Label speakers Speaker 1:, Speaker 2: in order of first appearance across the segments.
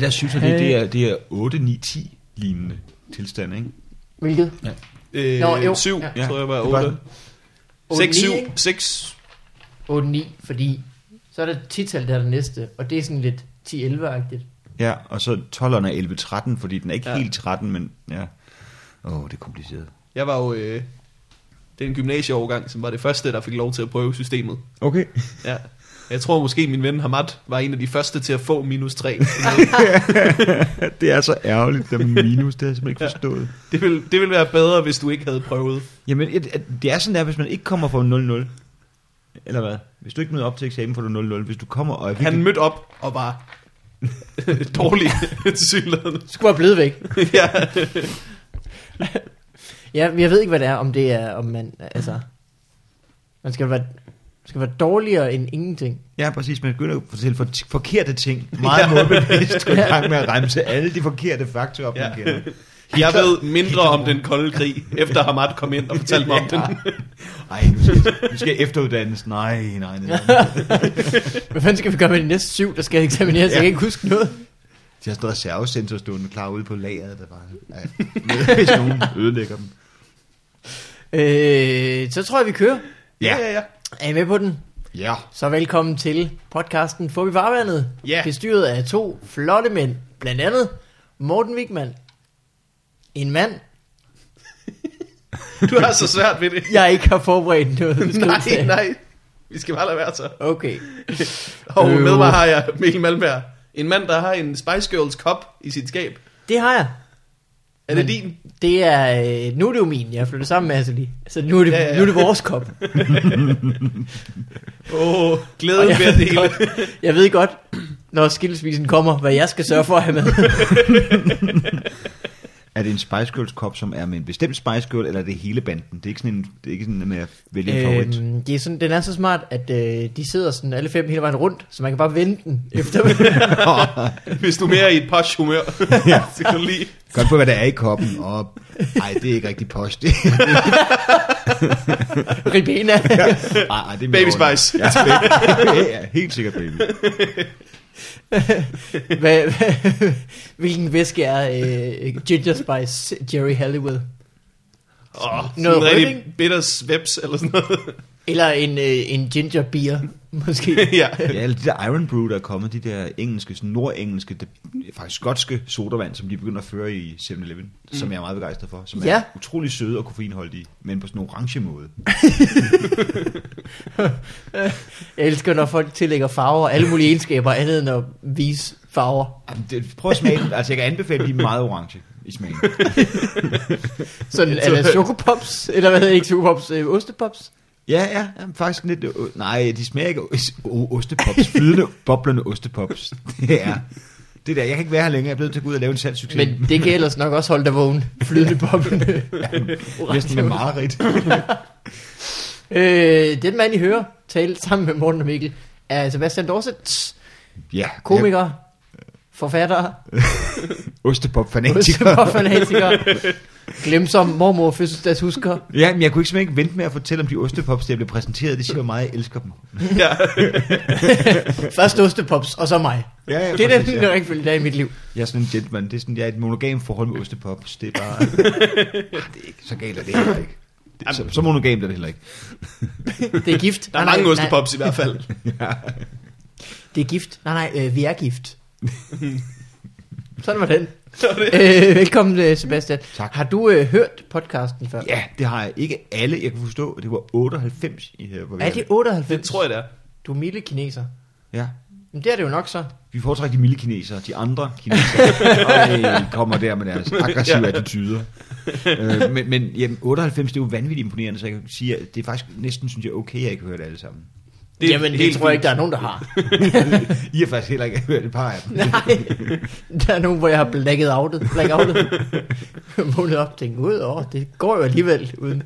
Speaker 1: jeg synes, at det, det, er, det er 8, 9, 10 lignende tilstand, ikke?
Speaker 2: Hvilket?
Speaker 3: Øh,
Speaker 2: Nå, jo.
Speaker 3: 7,
Speaker 2: Ja.
Speaker 3: ja. tror jeg var
Speaker 1: Det var
Speaker 3: 8.
Speaker 1: den.
Speaker 3: 6, 7,
Speaker 2: 8, 9, ikke?
Speaker 3: 6.
Speaker 2: 8-9, fordi så er der et tital, der er det næste, og det er sådan lidt 10-11-agtigt.
Speaker 1: Ja, og så 12'erne er 11-13, fordi den er ikke
Speaker 3: Ja.
Speaker 1: ja. helt 13, men ja. Åh, oh, det er kompliceret.
Speaker 3: Jeg var jo... Øh, det er en gymnasieovergang, som var det første, der fik lov til at prøve systemet.
Speaker 1: Okay.
Speaker 3: Ja. Jeg tror måske, min ven Hamad var en af de første til at få minus 3.
Speaker 1: det er så ærgerligt, der minus, det har jeg simpelthen ikke forstået.
Speaker 3: Det ville, det ville være bedre, hvis du ikke havde prøvet.
Speaker 1: Jamen, et- at- det er sådan der, hvis man ikke kommer for 0-0, eller hvad? Hvis du ikke møder op til eksamen, får du 0-0. Hvis du kommer og er
Speaker 3: Han
Speaker 1: virkelig-
Speaker 3: mødte op og var dårlig til synligheden.
Speaker 2: Det skulle være blevet væk.
Speaker 3: ja.
Speaker 2: Ja, men jeg ved ikke, hvad det er, om det er, om man, altså, man skal være, skal være dårligere end ingenting.
Speaker 1: Ja, præcis. Man begynder at fortælle for, forkerte ting. Meget ja. målbevidst. Gå i gang med at remse alle de forkerte faktorer, op,
Speaker 3: Ja.
Speaker 1: ja. man kender.
Speaker 3: Jeg ved mindre om den kolde krig, efter Hamad kom ind og fortalte mig om den.
Speaker 1: Ej, nu skal, nu skal jeg efteruddannes. Nej, nej, nej. nej.
Speaker 2: Hvad fanden skal vi gøre med de næste syv, der skal eksamineres? Jeg kan ikke huske noget.
Speaker 1: De har sådan noget servosentor stående klar ude på lageret, der bare... Ja, hvis nogen ødelægger dem.
Speaker 2: Øh, så tror jeg, vi kører.
Speaker 1: Ja,
Speaker 3: ja, ja.
Speaker 2: Er I med på den?
Speaker 1: ja.
Speaker 2: Så velkommen til podcasten Får vi varvandet?
Speaker 3: Ja.
Speaker 2: Bestyret af to flotte mænd. Blandt andet Morten Wigman. En mand,
Speaker 3: Du har så svært ved det.
Speaker 2: jeg ikke har forberedt noget. beskrivelse
Speaker 3: nej,
Speaker 2: af.
Speaker 3: nej. Vi skal bare lade være så.
Speaker 2: Okay.
Speaker 3: Og
Speaker 2: Øh.
Speaker 3: med mig har jeg Mikkel Malmberg. En mand, der har en Spice Girls kop i sit skab.
Speaker 2: Det har jeg.
Speaker 3: Er det
Speaker 2: Men-
Speaker 3: din?
Speaker 2: Det er, øh, nu er det jo min, jeg flytter sammen med Asli. Så nu er det, ja,
Speaker 3: Ja,
Speaker 2: ja,
Speaker 3: ja.
Speaker 2: Nu er det vores kop.
Speaker 3: Åh, oh, glæde
Speaker 2: Og jeg
Speaker 3: ved det
Speaker 2: ved,
Speaker 3: hele.
Speaker 2: godt, jeg ved godt, når skilsmissen kommer, hvad jeg skal sørge for at have med.
Speaker 1: Er det en Spice Girls kop, som er med en bestemt Spice Girl, eller er det hele banden? Det er ikke sådan, en, det er ikke sådan med at vælge en favorit.
Speaker 2: Øhm, det er sådan, den er så smart, at øh, de sidder sådan alle fem hele vejen rundt, så man kan bare vende den efter.
Speaker 3: Hvis du er mere i et posh humør,
Speaker 1: Ja.
Speaker 3: så kan du lige...
Speaker 1: Godt på, hvad der er i koppen. Og... Ej, det er ikke rigtig post. Ej,
Speaker 2: Ribena.
Speaker 1: ej, det er mere
Speaker 3: Baby
Speaker 1: ordentligt.
Speaker 3: Spice.
Speaker 1: Ja, baby. ja, helt sikkert baby.
Speaker 2: Hvad, hvad, hvilken væske er øh, Ginger Spice Jerry Halliwell?
Speaker 3: Åh, oh,
Speaker 2: Noget
Speaker 3: en rigtig
Speaker 2: rødvin?
Speaker 3: bitter sveps eller sådan noget.
Speaker 2: Eller en, øh, en ginger beer, måske.
Speaker 3: ja.
Speaker 1: Ja, alle de der Iron Brew, der er kommet, de der engelske, sådan nordengelske, det, faktisk skotske sodavand, som de begynder at føre i 7-Eleven, mm. som jeg er meget begejstret for, som
Speaker 2: Ja.
Speaker 1: er utrolig søde og koffeinholdige, men på sådan en orange måde.
Speaker 2: Jeg elsker, når folk tillægger farver og alle mulige egenskaber, andet end at vise farver.
Speaker 1: Jamen, det, prøv at smage den. Altså, jeg kan anbefale, at de er meget orange i smagen.
Speaker 2: Sådan, er det chokopops? Eller hvad hedder det, ikke chokopops? Øh, ostepops?
Speaker 1: Ja, ja, jamen, faktisk lidt... øh, nej, de smager ikke os- o- ostepops. Flydende, boblende ostepops. Det er... Det der, jeg kan ikke være her længere. Jeg er blevet til at gå ud og lave en salgssucces.
Speaker 2: Men det kan ellers nok også holde dig vågen. Flydende boblende.
Speaker 1: Næsten med mareridt.
Speaker 2: øh, den mand, I hører tale sammen med Morten og Mikkel, er Sebastian Dorset,
Speaker 1: Ja,
Speaker 2: komiker, forfatter,
Speaker 1: Ostepop-fanatiker.
Speaker 2: ostepops-fanatiker, glemsom mormor fødselsdagshusker.
Speaker 1: Ja, men jeg kunne ikke simpelthen ikke vente med at fortælle om de ostepops, der blev præsenteret. Det siger jo meget, jeg elsker dem.
Speaker 3: ja.
Speaker 2: Først ostepops, og så mig.
Speaker 1: Ja, ja,
Speaker 2: Det er
Speaker 1: præcis,
Speaker 2: den
Speaker 1: ja.
Speaker 2: rækkefølge, der er i mit liv.
Speaker 1: Jeg er sådan en gentleman. Det er sådan, jeg er i et monogam forhold med ostepops. Det er bare... Ah, det er ikke, så galt er det heller ikke. Det, så, så monogamt er det heller ikke.
Speaker 2: Det er gift.
Speaker 3: Der
Speaker 2: Nej,
Speaker 3: er
Speaker 2: nej,
Speaker 3: mange
Speaker 2: nej.
Speaker 3: ostepops i hvert fald.
Speaker 2: Det er gift. Nej, nej, øh, vi er gift. Sådan var den.
Speaker 3: Så er det-
Speaker 2: Øh, velkommen, øh, Sebastian.
Speaker 1: Tak.
Speaker 2: Har du øh, hørt podcasten før?
Speaker 1: Ja, det har jeg ikke alle. Jeg kan forstå, at det var 98 i her. Hvor vi
Speaker 2: Er det 98?
Speaker 3: Det tror jeg, det er.
Speaker 2: Du er milde kineser.
Speaker 1: Ja.
Speaker 2: Men det er det jo nok så.
Speaker 1: Vi foretrækker de milde kinesere, de andre kinesere, og kommer der med deres aggressive ja. attityder. Øh, men men jamen, 98, det er jo vanvittigt imponerende, så jeg kan sige, at det er faktisk næsten, synes jeg, okay, at jeg ikke har hørt alle sammen.
Speaker 3: Det er
Speaker 2: Jamen, det
Speaker 3: helt
Speaker 2: tror jeg ikke,
Speaker 3: fint.
Speaker 2: der er nogen, der har.
Speaker 1: I har faktisk heller ikke hørt et par af dem.
Speaker 2: Nej. Der er nogen, hvor jeg har blacket outet. Black outet. Vågnet op og tænkt, ud over, det går jo alligevel uden.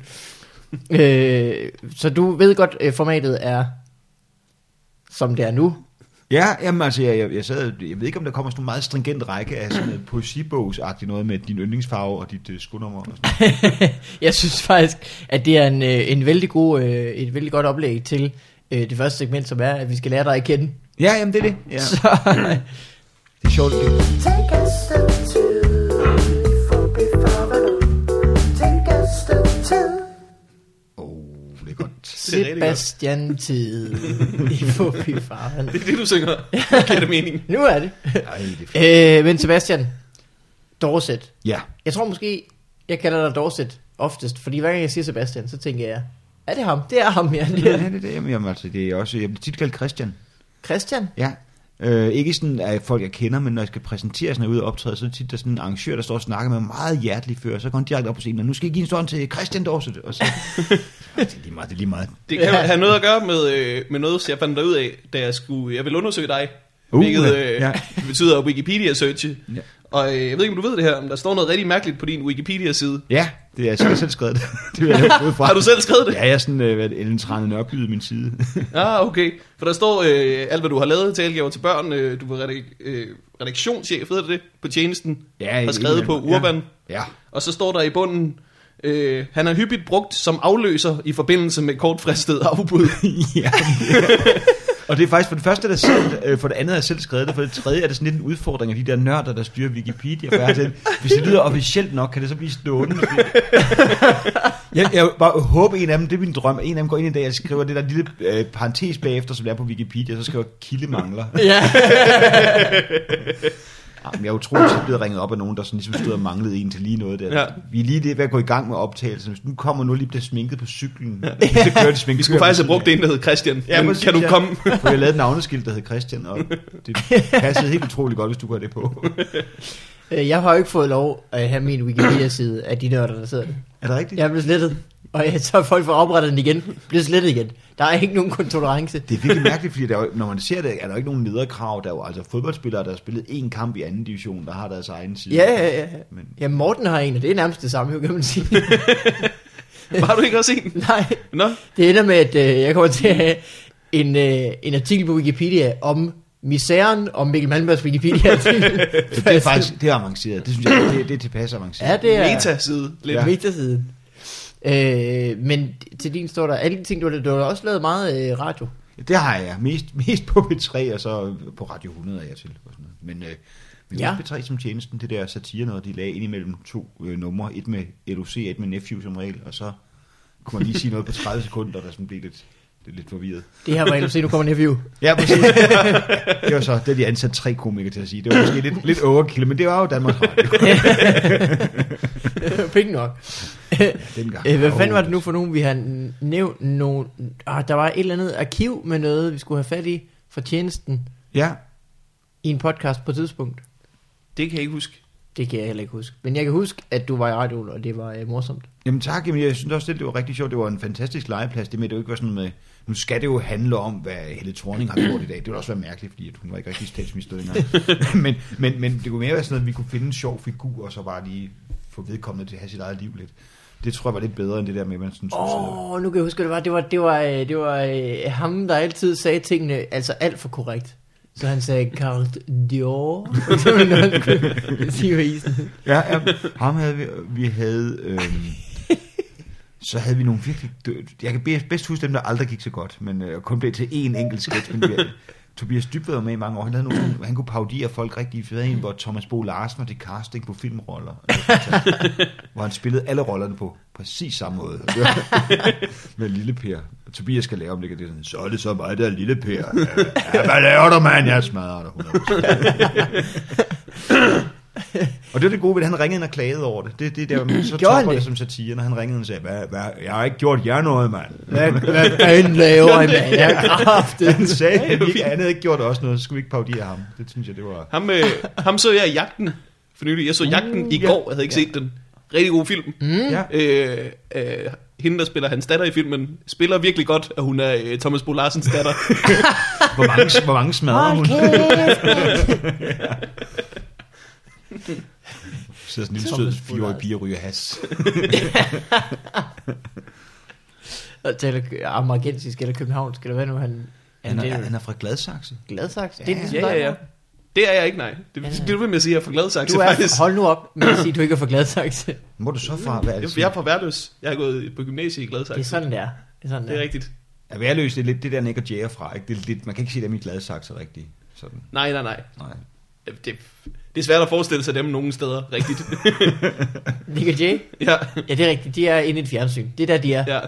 Speaker 2: Øh, så du ved godt, øh, formatet er, som det er nu.
Speaker 1: Ja, jamen, altså, jeg, jeg, jeg, sad, jeg ved ikke, om der kommer sådan en meget stringent række af sådan noget poesibogsagtigt noget med din yndlingsfarve og dit uh, skunummer. Og sådan.
Speaker 2: Jeg synes faktisk, at det er en, øh, en vældig god, øh, et vældig godt oplæg til øh, det første segment, som er, at vi skal lære dig at kende.
Speaker 1: Ja, jamen, det er det. Ja.
Speaker 2: Så,
Speaker 1: Det er sjovt. Det,
Speaker 4: Take a step two, for before the Take a step two.
Speaker 1: oh, det er godt.
Speaker 3: Det er rigtig godt.
Speaker 2: Sebastian Tid i Fubi Farven.
Speaker 3: Det er det, du synger. Giver det mening?
Speaker 2: Nu er det.
Speaker 1: Ej, det er fedt.
Speaker 2: øh, men Sebastian, Dorset.
Speaker 1: Ja,
Speaker 2: Jeg tror måske, jeg kalder dig Dorset oftest, fordi hver gang jeg siger Sebastian, så tænker jeg, er det ham? Det er ham, ja. Det er.
Speaker 1: ja det er det. Jamen, jamen, altså, det er også, jeg bliver tit kaldt Christian.
Speaker 2: Christian?
Speaker 1: Ja. Øh, ikke sådan af folk, jeg kender, men når jeg skal præsentere sådan noget ude og optræde, så er det tit, der er sådan en arrangør, der står og snakker med mig meget hjerteligt før, og så går han direkte op på scenen, og nu skal I give en stånd til Christian Dorset. Og så, Ej, det er lige meget, det er lige meget.
Speaker 3: Det kan have noget at gøre med, øh, med noget, jeg fandt ud af, da jeg, skulle, jeg ville undersøge dig.
Speaker 1: Uh,
Speaker 3: hvilket øh,
Speaker 1: ja.
Speaker 3: ja. betyder Wikipedia-searche.
Speaker 1: Ja.
Speaker 3: Ja. Og øh, jeg ved ikke, om du ved det her, men der står noget rigtig mærkeligt på din Wikipedia-side.
Speaker 1: Ja, det er jeg selv, selv skrevet. det. det vil jeg have fået fra.
Speaker 3: Har du selv skrevet det?
Speaker 1: Ja, jeg er sådan, øh, hvad er det, Ellen Trane Nørby i min side.
Speaker 3: Ah, okay. For der står øh, alt, hvad du har lavet, talegaver til børn. Øh, du var redak- øh, redaktionschef, hedder det det, på tjenesten.
Speaker 1: Ja,
Speaker 3: har skrevet på
Speaker 1: ja.
Speaker 3: Urban. Ja.
Speaker 1: Ja,
Speaker 3: Og så står der i bunden, øh, han er hyppigt brugt som afløser i forbindelse med kortfristet afbud.
Speaker 1: ja. Og det er faktisk for det første, der selv, øh, for det andet er jeg selv skrevet det, for det tredje er det sådan lidt en udfordring af de der nørder, der styrer Wikipedia. For jeg har tænkt, hvis det lyder officielt nok, kan det så blive stående. Jeg, jeg vil bare håber en af dem, det er min drøm, at en af dem går ind i dag og skriver det der lille øh, parentes bagefter, som der er på Wikipedia, så skriver kildemangler.
Speaker 2: Ja.
Speaker 1: Jamen, Ah, jeg er utrolig tit blevet ringet op af nogen, der sådan ligesom stod og manglede en til lige noget der. Ja.
Speaker 3: Ja.
Speaker 1: Vi er lige det ved at gå i gang med optagelsen. Hvis nu kommer nu lige bliver sminket på cyklen, ja. så kører de sminket.
Speaker 3: Vi skulle faktisk have brugt en, der hed Christian.
Speaker 1: Ja,
Speaker 3: Ja, men
Speaker 1: præcis,
Speaker 3: kan du
Speaker 1: ja.
Speaker 3: komme?
Speaker 1: For jeg lavede et navneskilt, der hed Christian, og det passede helt utrolig godt, hvis du gør det på.
Speaker 2: Øh, Jeg har jo ikke fået lov at have min Wikipedia-side af de nørder, der sidder der.
Speaker 1: Er det rigtigt?
Speaker 2: Jeg er blevet slettet, og jeg så folk får oprettet den igen, bliver slettet igen. Der er ikke nogen kontolerance.
Speaker 1: Det er virkelig mærkeligt, fordi der er jo, når man ser det, er der jo ikke nogen nederkrav. Der er jo altså fodboldspillere, der har spillet én kamp i anden division, der har deres egen side.
Speaker 2: Ja, ja, ja.
Speaker 1: Men,
Speaker 2: Ja, Morten har en, og det er nærmest det samme, jo, kan man sige.
Speaker 3: Var du ikke også en?
Speaker 2: Nej,
Speaker 3: Nå,
Speaker 2: det ender med, at øh, jeg kommer til at have en, øh, en artikel på Wikipedia om misæren om Mikkel Malmbergs Wikipedia-artikel.
Speaker 1: det, det, er faktisk det er avanceret. Det synes jeg, det, det er tilpas avanceret.
Speaker 2: Ja, det er
Speaker 3: meta-side. Lidt.
Speaker 1: Ja.
Speaker 2: ja. metasiden. Øh, men til din står der, alle de ting, du har, du har også lavet meget øh, radio.
Speaker 1: Det har jeg. Mest, mest på B3, og så på Radio 100 er jeg til. Og sådan noget. Men øh, vi
Speaker 2: Ja.
Speaker 1: ja. B3 som tjenesten, det der satire noget, de lagde ind imellem to øh, numre. Et med LOC, et med Nephew som regel, og så kunne man lige sige noget på 30 sekunder, der sådan blev lidt, lidt, lidt forvirret.
Speaker 2: Det her var LFC, nu kommer en review.
Speaker 1: Ja, præcis. det var så, det har de ansat tre komikere til at sige. Det var måske lidt, lidt overkill, men det var jo Danmarks Radio
Speaker 2: Penge nok.
Speaker 1: dengang.
Speaker 2: Øh, hvad fanden var det nu for nogen, vi har n- nævnt nogen... Ah, der var et eller andet arkiv med noget, vi skulle have fat i fra tjenesten
Speaker 1: Ja,
Speaker 2: i en podcast på et tidspunkt.
Speaker 3: Det kan jeg ikke huske.
Speaker 2: Det kan jeg heller ikke huske. Men jeg kan huske, at du var i radioen, og det var øh, morsomt.
Speaker 1: Jamen tak, jamen jeg synes også, det, det var rigtig sjovt. Det var en fantastisk legeplads. Det med, det jo ikke var sådan med, nu skal det jo handle om, hvad Helle Thorning har gjort i dag. Det ville også være mærkeligt, fordi at hun var ikke rigtig statsminister dengang. men, men, men det kunne mere være sådan noget, at vi kunne finde en sjov figur, og så bare lige få vedkommende til at have sit eget liv lidt. Det tror jeg var lidt bedre end det der med, at man sådan skulle sidde-
Speaker 2: Åh, oh, nu kan jeg huske, hvad det var. Det var, det var, øh, det var øh, ham, der altid sagde tingene altså alt for korrekt. Så han sagde, Carl Dior. Det var noget, han kunne sige på isen.
Speaker 1: Ja, ja, ham havde vi, og vi havde, øhm, så havde vi nogle virkelig, dø- jeg kan bedst- bedst huske dem, der aldrig gik så godt, men øh, kun blev til én enkelt sketch, men vi, Tobias Dybved var med i mange år, han, havde nogle, han kunne paudere folk rigtig fedt en, hvor Thomas Bo Larsen var til casting på filmroller, Det var fantastisk. hvor han spillede alle rollerne på præcis samme måde. Det var, med Lille Per. Tobias skal lave om det, og det er sådan, så er det så mig, der er Lille Per. Ja, ja, hvad laver du, mand? Jeg smadrer dig 100%. Og det var det gode ved, at han ringede ind og klagede over det. Det, det der, men så
Speaker 2: Gjorde han
Speaker 1: topper det?
Speaker 2: det?
Speaker 1: som satire, når han ringede og sagde, hvad, hvad, jeg har ikke gjort jer noget, mand.
Speaker 2: Hvad, hvad fanden laver I, mand? Jeg er kraftet.
Speaker 1: Han sagde, at vi ikke,
Speaker 3: fint.
Speaker 1: han havde ikke gjort os noget, så skulle vi ikke paudere ham. Det synes jeg, det var...
Speaker 3: Ham, øh, ham så jeg i Jagten for nylig. Jeg så Jagten i
Speaker 1: Mm, ja.
Speaker 3: går, jeg havde ikke set den. Rigtig god film.
Speaker 1: Mm. Ja.
Speaker 3: Øh, øh, hende, der spiller hans datter i filmen, spiller virkelig godt, at hun er øh, Thomas Bo Larsens datter.
Speaker 1: Hvor mange, hvor mange smadrer hun? Så sådan en lille sød
Speaker 2: Thomas
Speaker 1: fireårig
Speaker 2: Bullard.
Speaker 1: pige og ryger has.
Speaker 2: Og taler kø- amerikansk eller københavnsk, eller hvad nu han...
Speaker 1: Han
Speaker 2: det
Speaker 1: er,
Speaker 2: jo
Speaker 1: han er fra Gladsaxe.
Speaker 2: Gladsaxe. Det er ligesom
Speaker 3: ja,
Speaker 2: dig,
Speaker 3: ja, ja.
Speaker 2: Morten.
Speaker 3: Det er jeg ikke, nej. Det,
Speaker 2: Ja.
Speaker 3: det bliver ved med at sige, at jeg er fra Gladsaxe,
Speaker 2: Du er,
Speaker 3: faktisk.
Speaker 2: hold nu op med at sige, at du ikke er fra Gladsaxe.
Speaker 1: Hvor er du så fra? Hvad er det?
Speaker 3: Jeg, jeg er fra Værdøs. Jeg har gået på gymnasiet i Gladsaxe.
Speaker 2: Det er sådan, det er. Det er, sådan,
Speaker 3: Det er rigtigt.
Speaker 1: Er værløs, det er lidt det der Nick og Jæger fra, ikke? Det er lidt, man kan ikke se dem i Gladsaxe rigtigt. Sådan.
Speaker 3: Nej, nej, nej.
Speaker 1: Nej.
Speaker 3: det, det er svært at forestille sig dem nogen steder, rigtigt.
Speaker 2: Nick og Jay?
Speaker 3: ja,
Speaker 2: Ja, det er rigtigt. De er inde i et fjernsyn. Det er der, de er. Ja.
Speaker 3: ja.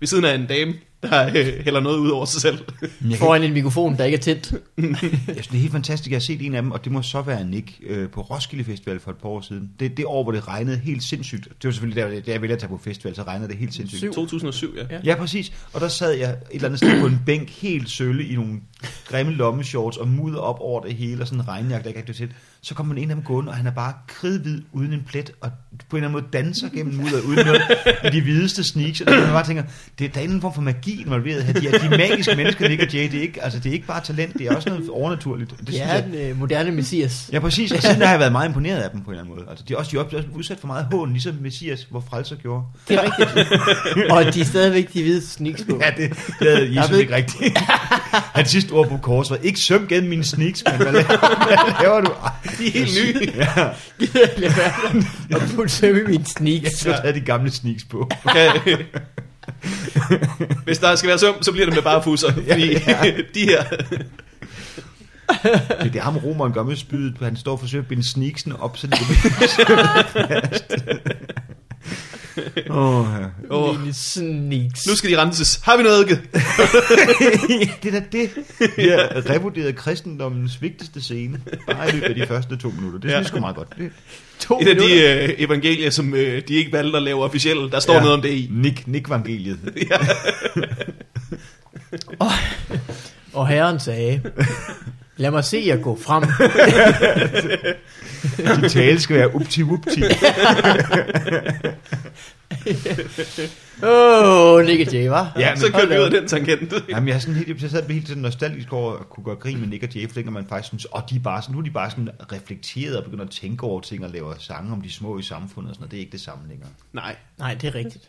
Speaker 3: Ved siden af en dame, der øh, hælder noget ud over sig selv.
Speaker 1: Jeg, kan,
Speaker 2: Foran en mikrofon, der ikke er tændt.
Speaker 1: jeg synes, det er helt fantastisk. Jeg har set en af dem, og det må så være Nick øh, på Roskilde Festival for et par år siden. Det, det år, hvor det regnede helt sindssygt. Det var selvfølgelig, da, da jeg ville tage på festival, så regnede det helt sindssygt.
Speaker 2: Syv.
Speaker 3: 2007, ja.
Speaker 2: Ja.
Speaker 1: Ja, præcis. Og der sad jeg et eller andet sted på en bænk, helt sølle i nogle grimme lommeshorts og mudder op over det hele, og sådan en regnjakke, der ikke rigtig var til. Så kommer en af dem gående, og han er bare kridhvid uden en plet, og på en eller anden måde danser gennem mudder uden noget, i de hvideste sneaks. Og der man bare tænker, det er, der er en form for magi involveret her. De er de er magiske mennesker, Nick og Jay. Det er, ikke, altså, det er ikke bare talent, det er også noget overnaturligt. Det
Speaker 2: Det
Speaker 1: synes
Speaker 2: er
Speaker 1: jeg,
Speaker 2: den øh, moderne messias.
Speaker 1: Ja, præcis. Og siden der har jeg været meget imponeret af dem på en eller anden måde. Altså, de er også, de er også udsat for meget hån, ligesom Messias, hvor frelser gjorde.
Speaker 2: Det er rigtigt. og de er stadigvæk de hvide sneaks på.
Speaker 1: Ja, det, det havde
Speaker 2: Jeg
Speaker 1: Jesus
Speaker 2: ved-
Speaker 1: ikke rigtigt. Hans sidste ord på kors var, ikke søm gennem mine sneaks, men hvad laver, hvad laver du?
Speaker 3: De er helt nye.
Speaker 2: Gider jeg lade være og putte søm i mine sneaks.
Speaker 1: Så havde de gamle sneaks på.
Speaker 3: Okay. Hvis der skal være søm, så bliver det med bare pusser. Fordi de her,
Speaker 1: Det er det ham, romeren gør med spydet, han står og forsøger at binde sneaksen op, så de kan fast. Åh, ja.
Speaker 3: Åh.
Speaker 2: Mine sneaks.
Speaker 3: nu skal de renses. Har vi noget eddike?
Speaker 1: det er da det. Vi har revurderet kristendommens vigtigste scene, bare i løbet af de første to minutter. Det synes jeg sgu meget godt. Det,
Speaker 2: to
Speaker 3: Et af de
Speaker 2: minutter.
Speaker 3: øh, evangelier, som øh, de ikke valgte at lave officielle, der står ja. noget om det i.
Speaker 1: Nick, Nick Evangeliet.
Speaker 2: Og herren sagde, lad mig se jer gå frem.
Speaker 1: Din tale skal være upti-upti.
Speaker 2: Åh, oh, Nick og Jay, hva'?
Speaker 1: Ja,
Speaker 3: så kører vi ud af den tangent.
Speaker 1: Jamen, jeg, er sådan helt, jeg sad og blev helt sådan nostalgisk over at kunne gøre grin med Nick og Jay, for dengang man faktisk synes, åh, de er bare sådan, nu er de bare sådan reflekteret og begynder at tænke over ting og laver sange om de små i samfundet og sådan noget. Det er ikke det samme længere.
Speaker 3: Nej.
Speaker 2: Nej, det er rigtigt.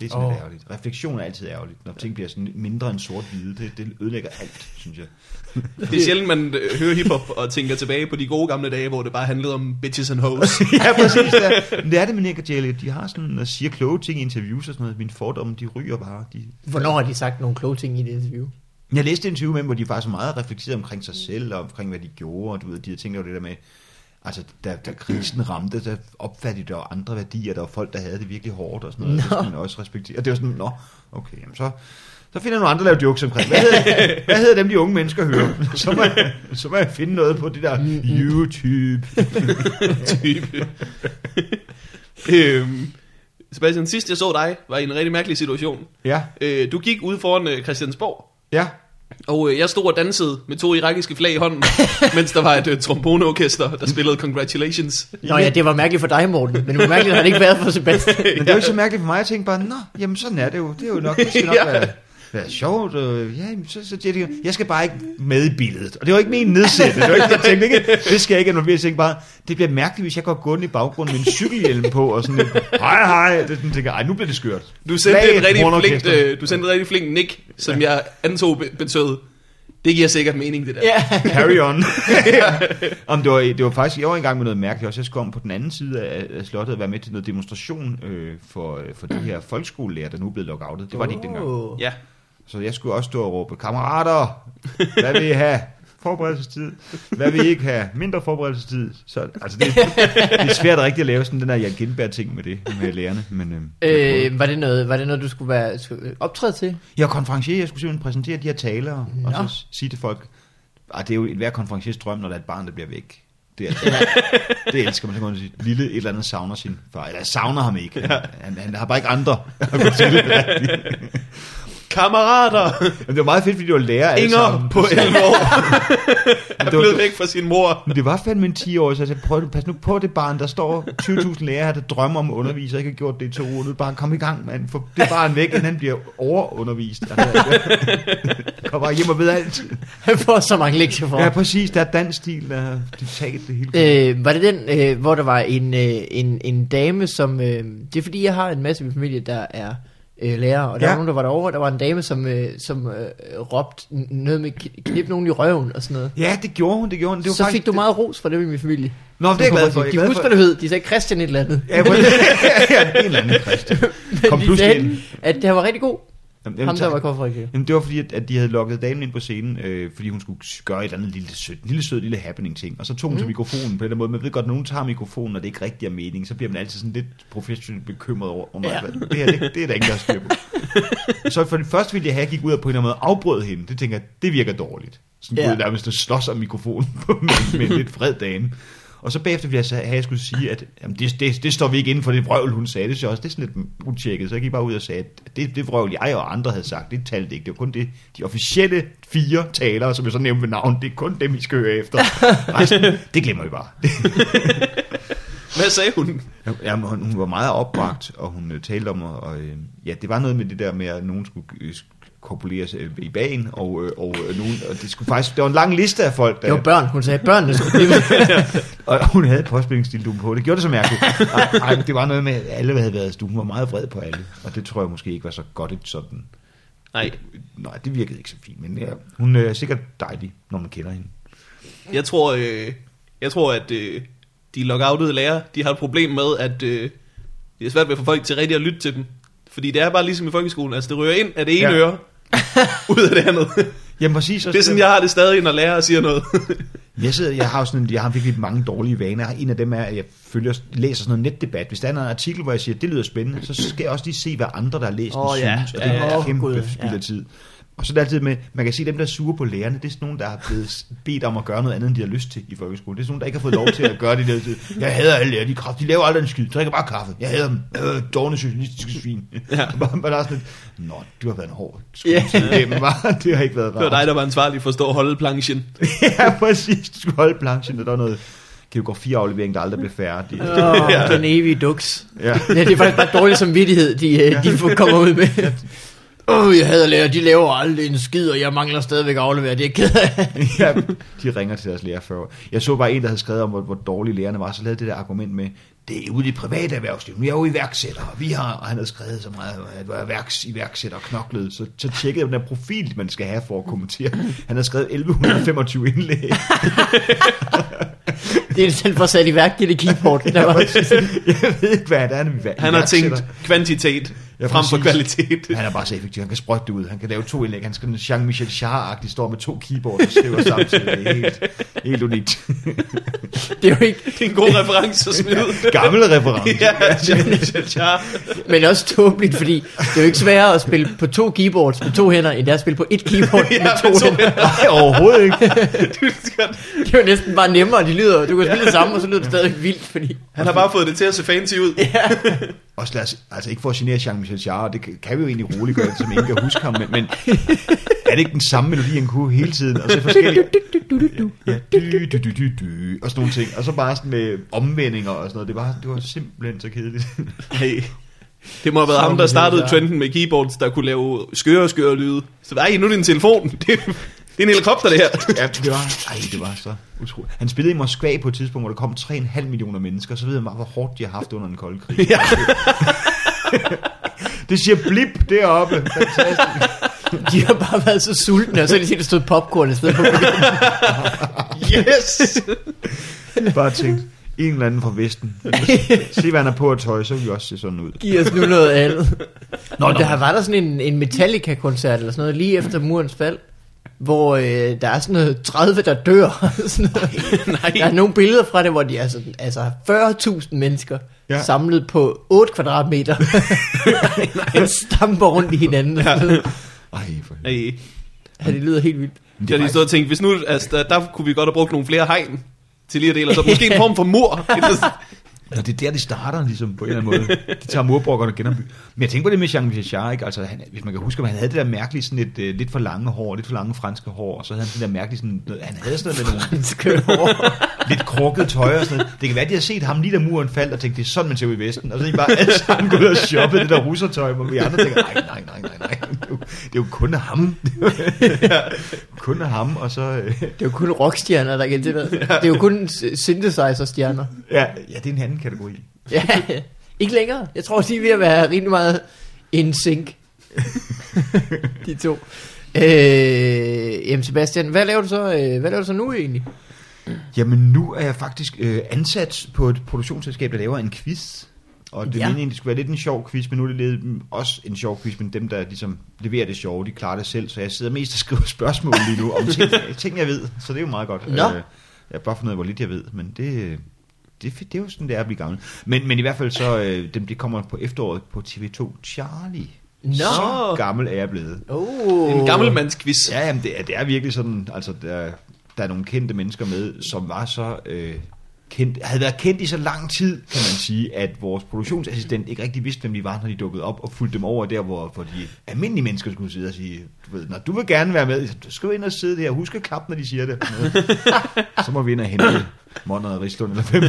Speaker 1: Det er sådan
Speaker 2: Åh.
Speaker 1: oh. ærgerligt. Refleksion er altid ærgerligt. Når ting bliver sådan mindre end sort-hvide, det, det ødelægger alt, synes jeg.
Speaker 3: Det er sjældent, man øh, hører hiphop og tænker tilbage på de gode gamle dage, hvor det bare handlede om bitches and hoes.
Speaker 1: ja, præcis. Det er, Men det, er det med Nick og Jay. De har sådan og siger kloge ting i interviews og sådan noget. Mine fordomme, de ryger bare. De,
Speaker 2: Hvornår har de sagt nogle kloge ting i det interview?
Speaker 1: Jeg læste et interview med dem, hvor de faktisk meget reflekterede omkring sig selv og omkring, hvad de gjorde, og du ved, de havde tænkt over det der med, altså, da, da krisen ramte, der opfattede der var andre værdier, der var folk, der havde det virkelig hårdt og sådan noget, no. det skal man også respektere. Og det var sådan, nå, okay, jamen så, så finder jeg nogle andre, der laver jokes omkring. Hvad hedder, hvad hedder dem, de unge mennesker hører? Så må, jeg, så må jeg finde noget på det der YouTube.
Speaker 3: type. øhm, Sebastian, sidst jeg så dig, var i en rigtig mærkelig situation.
Speaker 1: Ja,
Speaker 3: Øh, du gik ude foran øh, Christiansborg,
Speaker 1: ja.
Speaker 3: og øh, jeg stod og dansede med to irakiske flag i hånden, mens der var et øh, tromboneorkester, der spillede Congratulations.
Speaker 2: Nå ja, det var mærkeligt for dig, Morten, men det var mærkeligt, at det ikke været for Sebastian.
Speaker 1: Men det er jo ikke så mærkeligt for mig at tænke bare, nå, jamen sådan er det jo. Det er jo nok, det skal nok
Speaker 3: Ja.
Speaker 1: ja. være, være sjovt. Og, ja, jamen, så, så siger de, jeg skal bare ikke med i billedet. Og det var ikke min nedsætte. Det var ikke, jeg tænkte ikke, det skal jeg ikke involvere. Jeg tænkte bare, det bliver mærkeligt, hvis jeg går gående i baggrunden med en cykelhjelm på, og sådan lidt, hej, hej. Det er sådan, tænker, jeg, ej, nu bliver det skørt.
Speaker 3: Du sendte,
Speaker 1: Flag,
Speaker 3: et rigtig flink,
Speaker 1: hornorkester.
Speaker 3: øh, du sendte et rigtig flink nick, som jeg antog be- betød, det giver sikkert mening, det der.
Speaker 2: Ja.
Speaker 1: Carry on. Om det, var, det var faktisk, jeg var engang med noget mærkeligt også. Jeg skulle om på den anden side af, af slottet og være med til noget demonstration øh, for, for de her folkeskolelærer, der nu er blevet lockoutet. Det var det ikke dengang.
Speaker 2: Åh.
Speaker 3: ja.
Speaker 1: Så jeg skulle også stå og råbe, kammerater, hvad vil I have? Forberedelsestid. Hvad vil I ikke have? Mindre forberedelsestid. Så, altså det, det er svært rigtig at lave sådan den der Jan Gindberg-ting med det, med lærerne. Men, øhm, jeg,
Speaker 2: Øh, var, det noget, var det noget, du skulle være skulle optræde til?
Speaker 1: jeg er konferencier, jeg skulle simpelthen præsentere de her talere,
Speaker 2: Nå.
Speaker 1: og så sige til folk, at det er jo et hver konferenciers drøm, når der er et barn, der bliver væk. Det, er, altså- det elsker man, så kan man sige, lille et eller andet savner sin far, eller savner ham ikke. Han, han, han har bare ikke andre.
Speaker 3: Kammerater,
Speaker 1: Men det var meget fedt, fordi det var lærer alle
Speaker 3: Inger
Speaker 1: sammen.
Speaker 3: på 11 år,
Speaker 1: Men det
Speaker 3: er
Speaker 1: var-
Speaker 3: blevet væk fra sin mor.
Speaker 1: Men det var fandme en 10 år, så jeg sagde, prøv, pas nu på det barn, der står 20.000 lærere her, der drømmer om at undervise, og ikke har gjort det i to uger. Nu bare kom i gang, mand. Få det barn væk, inden han bliver overundervist. Altså, kom bare hjem og ved alt.
Speaker 2: Han får så mange lektier for.
Speaker 1: Ja, præcis. Der er dansstil, der er diktat det hele.
Speaker 2: Øh, var det den, øh, hvor der var en, øh, en, en dame, som... Øh, det er fordi, jeg har en masse i min familie, der er øh, lærer, og der
Speaker 1: Ja.
Speaker 2: var nogen, der var derovre. Der var en dame, som, øh, som øh, råbte n- noget med kn- knip nogen i røven og sådan noget.
Speaker 1: Ja, det gjorde hun, det gjorde hun. Det var
Speaker 2: så
Speaker 1: faktisk,
Speaker 2: fik du meget ros fra dem i min familie.
Speaker 1: Nå, det er jeg glad for. Jeg er
Speaker 2: De
Speaker 1: glad
Speaker 2: husker,
Speaker 1: for-
Speaker 2: hvad du hed. De sagde Christian et eller andet.
Speaker 1: Ja, præcis. ja, en eller anden Christian. Kom
Speaker 2: de
Speaker 1: pludselig
Speaker 2: sagde,
Speaker 1: ind.
Speaker 2: at det var rigtig god.
Speaker 1: Jamen,
Speaker 2: Ham der
Speaker 1: tak.
Speaker 2: var kofferikøb.
Speaker 1: Jamen, det var fordi, at, at de havde lukket damen ind på scenen, øh, fordi hun skulle gøre et eller andet lille sødt, en lille sød, lille happening-ting. Og så tog hun mm. til mikrofonen på den der måde. Man ved godt, at nogen tager mikrofonen, og det ikke rigtig er mening, så bliver man altid sådan lidt professionelt bekymret over, oh, ja.
Speaker 2: Ja.
Speaker 1: det her, det, det er der ingen, der har styr på. så for det første ville jeg have, at jeg gik ud og på en eller anden måde afbrød hende. Det tænker jeg, det virker dårligt. Sådan
Speaker 2: Ja.
Speaker 1: yeah. nærmest at slås om mikrofonen på med, med en lidt vred dame. Og så bagefter ville jeg så have, at jeg skulle sige, at jamen, det, det, det, står vi ikke inden for det vrøvl, hun sagde. Det, synes jeg også, det er sådan lidt utjekket, så jeg gik bare ud og sagde, at det, det vrøvl, jeg og andre havde sagt, det talte ikke. Det var kun det, de officielle fire talere, som jeg så nævnte ved navn, det er kun dem, I skal høre efter. Resten, det glemmer vi bare.
Speaker 3: Hvad sagde hun?
Speaker 1: Jamen, hun, hun var meget opbragt, og hun øh, talte om, og, og øh, ja, det var noget med det der med, at nogen skulle øh, kopuleres øh, i bagen, og, øh, og, øh, nogen, og det skulle faktisk, der var en lang liste af folk, der,
Speaker 2: Det var børn. Hun sagde, børnene skulle blive med.
Speaker 1: og hun havde påspillingsdildum på, det gjorde det så mærkeligt. Ej, ej, det var noget med, at alle havde været i stuen, var meget vred på alle, og det tror jeg måske ikke var så godt et sådan.
Speaker 3: Nej,
Speaker 1: Nej, det virkede ikke så fint, men ja, hun øh, er sikkert dejlig, når man kender hende.
Speaker 3: jeg tror, øh, jeg tror at øh, de lockoutede lærere, de har et problem med, at øh, det er svært ved at få folk til rigtig at lytte til dem. Fordi det er bare ligesom i folkeskolen, altså det rører ind af det ene
Speaker 1: Ja.
Speaker 3: ja. øre, ud af det andet.
Speaker 1: Jamen præcis.
Speaker 3: Det er sådan, jeg har det stadig, når lærere siger noget.
Speaker 1: Jeg, sidder, jeg har jo sådan, jeg har virkelig mange dårlige vaner. En af dem er, at jeg følger, læser sådan noget netdebat. Hvis der er en artikel, hvor jeg siger, det lyder spændende, så skal jeg også lige se, hvad andre, der har læst den,
Speaker 2: Åh, ja.
Speaker 1: synes. Og det er
Speaker 2: Ja,
Speaker 1: en
Speaker 2: ja.
Speaker 1: kæmpe
Speaker 2: Åh, Gud,
Speaker 1: spild
Speaker 2: ja.
Speaker 1: af tid. Og så er det altid med, man kan se dem, der er sure på lærerne, det er sådan nogen, der har blevet bedt om at gøre noget andet, end de har lyst til i folkeskolen. Det er sådan nogen, der ikke har fået lov til at gøre det der. Jeg hader alle lærere, de er kraft, de laver aldrig en skid, drikker bare kaffe. Jeg hader dem. Øh, dårne socialistiske svin. Ja. Bare, bare der er sådan lidt, nå, du har været en hård skole.
Speaker 2: Ja.
Speaker 1: Yeah. Det har ikke været rart.
Speaker 3: Det var dig, der var ansvarlig for at stå og holde planchen.
Speaker 1: ja, præcis. Du skulle holde planchen, og der var noget geografiaflevering, der aldrig blev færdig.
Speaker 2: Åh, den evige duks.
Speaker 1: Ja.
Speaker 2: Ja, det er faktisk bare dårlig samvittighed, de, øh, de får- kommer ud med. Åh, oh, jeg hader lærer, de laver aldrig en skid, og jeg mangler stadigvæk at aflevere, det er jeg ked af.
Speaker 1: ja, de ringer til deres lærer før. Jeg så bare en, der havde skrevet om, hvor, hvor dårlige lærerne var, så lavede det der argument med, det er ude i det private erhvervsliv, nu er jeg jo iværksætter, og vi har, og han havde skrevet så meget, at var værks, iværksætter og knoklet, så, så tjekkede jeg den der profil, man skal have for at kommentere. Han havde skrevet 1125 indlæg.
Speaker 2: Det er sådan for sat i værk, det er det keyboard, der var.
Speaker 1: Jeg ved ikke, hvad det er, vi
Speaker 3: Han har tænkt kvantitet
Speaker 1: Ja,
Speaker 3: ja, frem for
Speaker 1: præcis.
Speaker 3: kvalitet.
Speaker 1: Han er bare så effektiv. Han kan sprøjte det ud. Han kan lave to indlæg. Han skal den Jean-Michel Jarre-agtig står med to keyboards og skriver samtidig. Det er helt, helt unikt.
Speaker 2: Det er jo ikke,
Speaker 3: Det er en god reference at smide.
Speaker 1: Gammel reference.
Speaker 3: ja, Jean-Michel Jarre.
Speaker 2: men også tåbeligt, fordi det er jo ikke sværere at spille på to keyboards med to hænder, end det er at spille på et keyboard
Speaker 3: Ja,
Speaker 2: med to
Speaker 3: med to
Speaker 2: hænder.
Speaker 1: Nej, overhovedet ikke.
Speaker 2: Det er jo næsten bare nemmere, de lyder, du kan spille det samme, og så lyder det stadig vildt, fordi...
Speaker 3: Han har bare fået det til at se fancy ud.
Speaker 1: Og lad os, altså ikke for at genere Jean-Michel Jarre, det kan, kan vi jo egentlig roligt gøre, som ingen kan huske ham, men, men er det ikke den samme melodi, han kunne hele tiden? Og så forskellige... Ja, dy, dy, dy, dy, dy, og sådan nogle ting. Og så bare sådan med omvendinger og sådan noget. Det var, det var simpelthen så kedeligt.
Speaker 3: Hey. Det må have været ham, der startede trenden med keyboards, der kunne lave skøre og skøre lyde. Så ej, nu er det en telefon. Det, det er en helikopter, det her.
Speaker 1: Ja, det var, ej, det var så utroligt. Han spillede i Moskva på et tidspunkt, hvor der kom 3,5 millioner mennesker, så ved man bare, hvor hårdt de har haft det under den kolde krig. Ja. det siger blip deroppe. Fantastisk.
Speaker 2: De har bare været så sultne, og så er de set, der stod popcorn i stedet for.
Speaker 3: Yes!
Speaker 1: Bare tænkt, en eller anden fra Vesten. Se, hvad han er på at tøj, så vil vi også se sådan ud.
Speaker 2: Giv os nu noget andet. Nå, nå. Der var der sådan en, en Metallica-koncert eller sådan noget, lige efter murens fald, hvor øh, der er sådan noget 30, der dør. sådan noget.
Speaker 3: nej.
Speaker 2: Der er nogle billeder fra det, hvor de er sådan, altså 40.000 mennesker
Speaker 1: Ja.
Speaker 2: ja. samlet på 8 kvadratmeter. Han stamper rundt i hinanden. Ja.
Speaker 1: Ej, for helvede.
Speaker 3: Hey.
Speaker 2: ja, det lyder helt vildt.
Speaker 1: Men
Speaker 3: Jeg har lige
Speaker 1: faktisk-
Speaker 3: stået og tænkt, hvis nu, altså, der, der kunne vi godt have brugt nogle flere hegn til lige at dele os op. Måske en form for mur.
Speaker 1: Nå, det er der, det starter ligesom på en eller anden måde. De tager murbrokkerne og genopbygger. Men jeg tænker på det med Jean-Michel Jarre, ikke? Altså, han, hvis man kan huske, at han havde det der mærkelige, sådan lidt, øh, lidt for lange hår, lidt for lange franske hår, og så havde han det der mærkelige, sådan, noget- han havde sådan noget med nogle, lidt krukket tøj og sådan noget. Det kan være, at de har set ham lige da muren faldt og tænkte, det er sådan, man ser ud i Vesten. Og så er de bare alle sammen gået og shoppet det der russertøj, hvor vi andre tænker, nej, nej, nej, nej, nej. Det er jo, det er jo kun af ham. ja, kun af ham, og så... Øh,
Speaker 2: Det er jo kun rockstjerner, der kan det. ved. Det er jo kun s- synthesizer-stjerner.
Speaker 1: ja, ja, det er en anden kategori.
Speaker 2: Ja, ikke længere. Jeg tror, de er ved at være rimelig meget in sync. de to. Øh, jamen Sebastian, hvad laver, du så, øh, hvad laver du så nu egentlig?
Speaker 1: Jamen, nu er jeg faktisk øh, ansat på et produktionsselskab, der laver en quiz. Og det
Speaker 2: Ja.
Speaker 1: ja. mente egentlig, det skulle være lidt en sjov quiz, men nu er det lidt mm, også en sjov quiz, men dem, der ligesom leverer det sjove, de klarer det selv. Så jeg sidder mest og skriver spørgsmål lige nu om ting, ting jeg ved, så det er jo meget godt. Øh,
Speaker 2: Nå.
Speaker 1: jeg har bare fundet ud af, hvor lidt jeg ved, men det, det, det er jo sådan, det er at blive gammel. Men, men i hvert fald så, øh, dem, det kommer på efteråret på TV2 Charlie.
Speaker 2: Nå.
Speaker 1: Så gammel er jeg blevet.
Speaker 2: Oh.
Speaker 3: En gammelmandsquiz. Ja.
Speaker 1: Ja, jamen det er, det er virkelig sådan, altså der, der er nogle kendte mennesker med, som var så øh, kendt, havde været kendt i så lang tid, kan man sige, at vores produktionsassistent ikke rigtig vidste, hvem de var, når de dukkede op, og fulgte dem over der, hvor for de almindelige mennesker skulle sidde og sige, du ved, når du vil gerne være med, så skal du ind og sidde der, husk at klappe, når de siger det. så må vi ind og hente Monner og Ristlund eller hvem.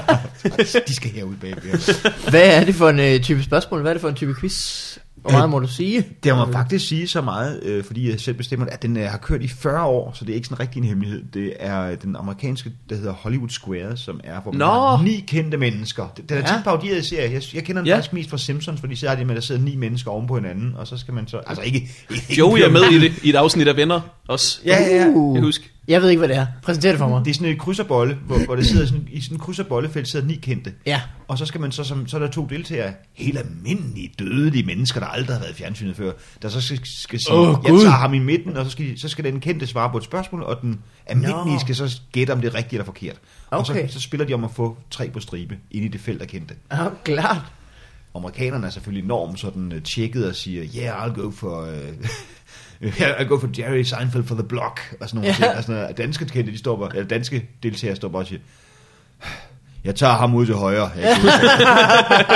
Speaker 1: de skal herud bagved.
Speaker 2: Hvad er det for en øh, type spørgsmål? Hvad er det for en type quiz? Hvor meget må du sige?
Speaker 1: Det
Speaker 3: Øh.
Speaker 1: må faktisk sige så meget, øh, fordi jeg selv bestemmer, det, at den øh, har kørt i 40 år, så det er ikke sådan rigtig en hemmelighed. Det er øh, den amerikanske, der hedder Hollywood Square, som er, hvor man
Speaker 3: Nå.
Speaker 1: har ni kendte mennesker. Den den er
Speaker 2: Ja.
Speaker 1: ja. tit parodieret i serier. Jeg, jeg kender den
Speaker 3: Ja.
Speaker 1: ja. faktisk mest fra Simpsons, fordi så er det med, at der sidder ni mennesker oven på hinanden, og så skal man så... Altså ikke... ikke
Speaker 3: Joey er med i, det, i et afsnit af Venner også.
Speaker 1: Ja, ja, ja.
Speaker 2: Uh.
Speaker 3: Jeg husker.
Speaker 2: Jeg ved ikke, hvad det er. Præsenter det for mig.
Speaker 1: Det er sådan et krydserbolle, hvor, hvor der sidder sådan, i sådan et krydserbollefelt sidder ni kendte.
Speaker 2: Ja.
Speaker 1: Og så skal man så, som, så er der to deltagere, helt almindelige dødelige mennesker, der aldrig har været i fjernsynet før, der så skal, skal sige,
Speaker 2: Åh,
Speaker 1: oh, jeg
Speaker 2: Gud.
Speaker 1: tager ham i midten, og så skal, de- så skal den kendte svare på et spørgsmål, og den almindelige
Speaker 2: Nå.
Speaker 1: no. skal så gætte, om det er rigtigt eller forkert. Og så,
Speaker 2: Okay.
Speaker 1: så spiller de om at få tre på stribe, ind i det felt af kendte.
Speaker 2: Ja, klart.
Speaker 1: Amerikanerne er selvfølgelig enormt sådan øh, tjekket og siger, yeah, I'll go for... Uh, I'll go for Jerry Seinfeld for the block, og sådan nogle
Speaker 2: Ja.
Speaker 1: ja. ting. Og sådan noget. Og danske, kendte, de står bare, eller danske deltagere står bare og siger, jeg tager ham ud til højre. Jeg kan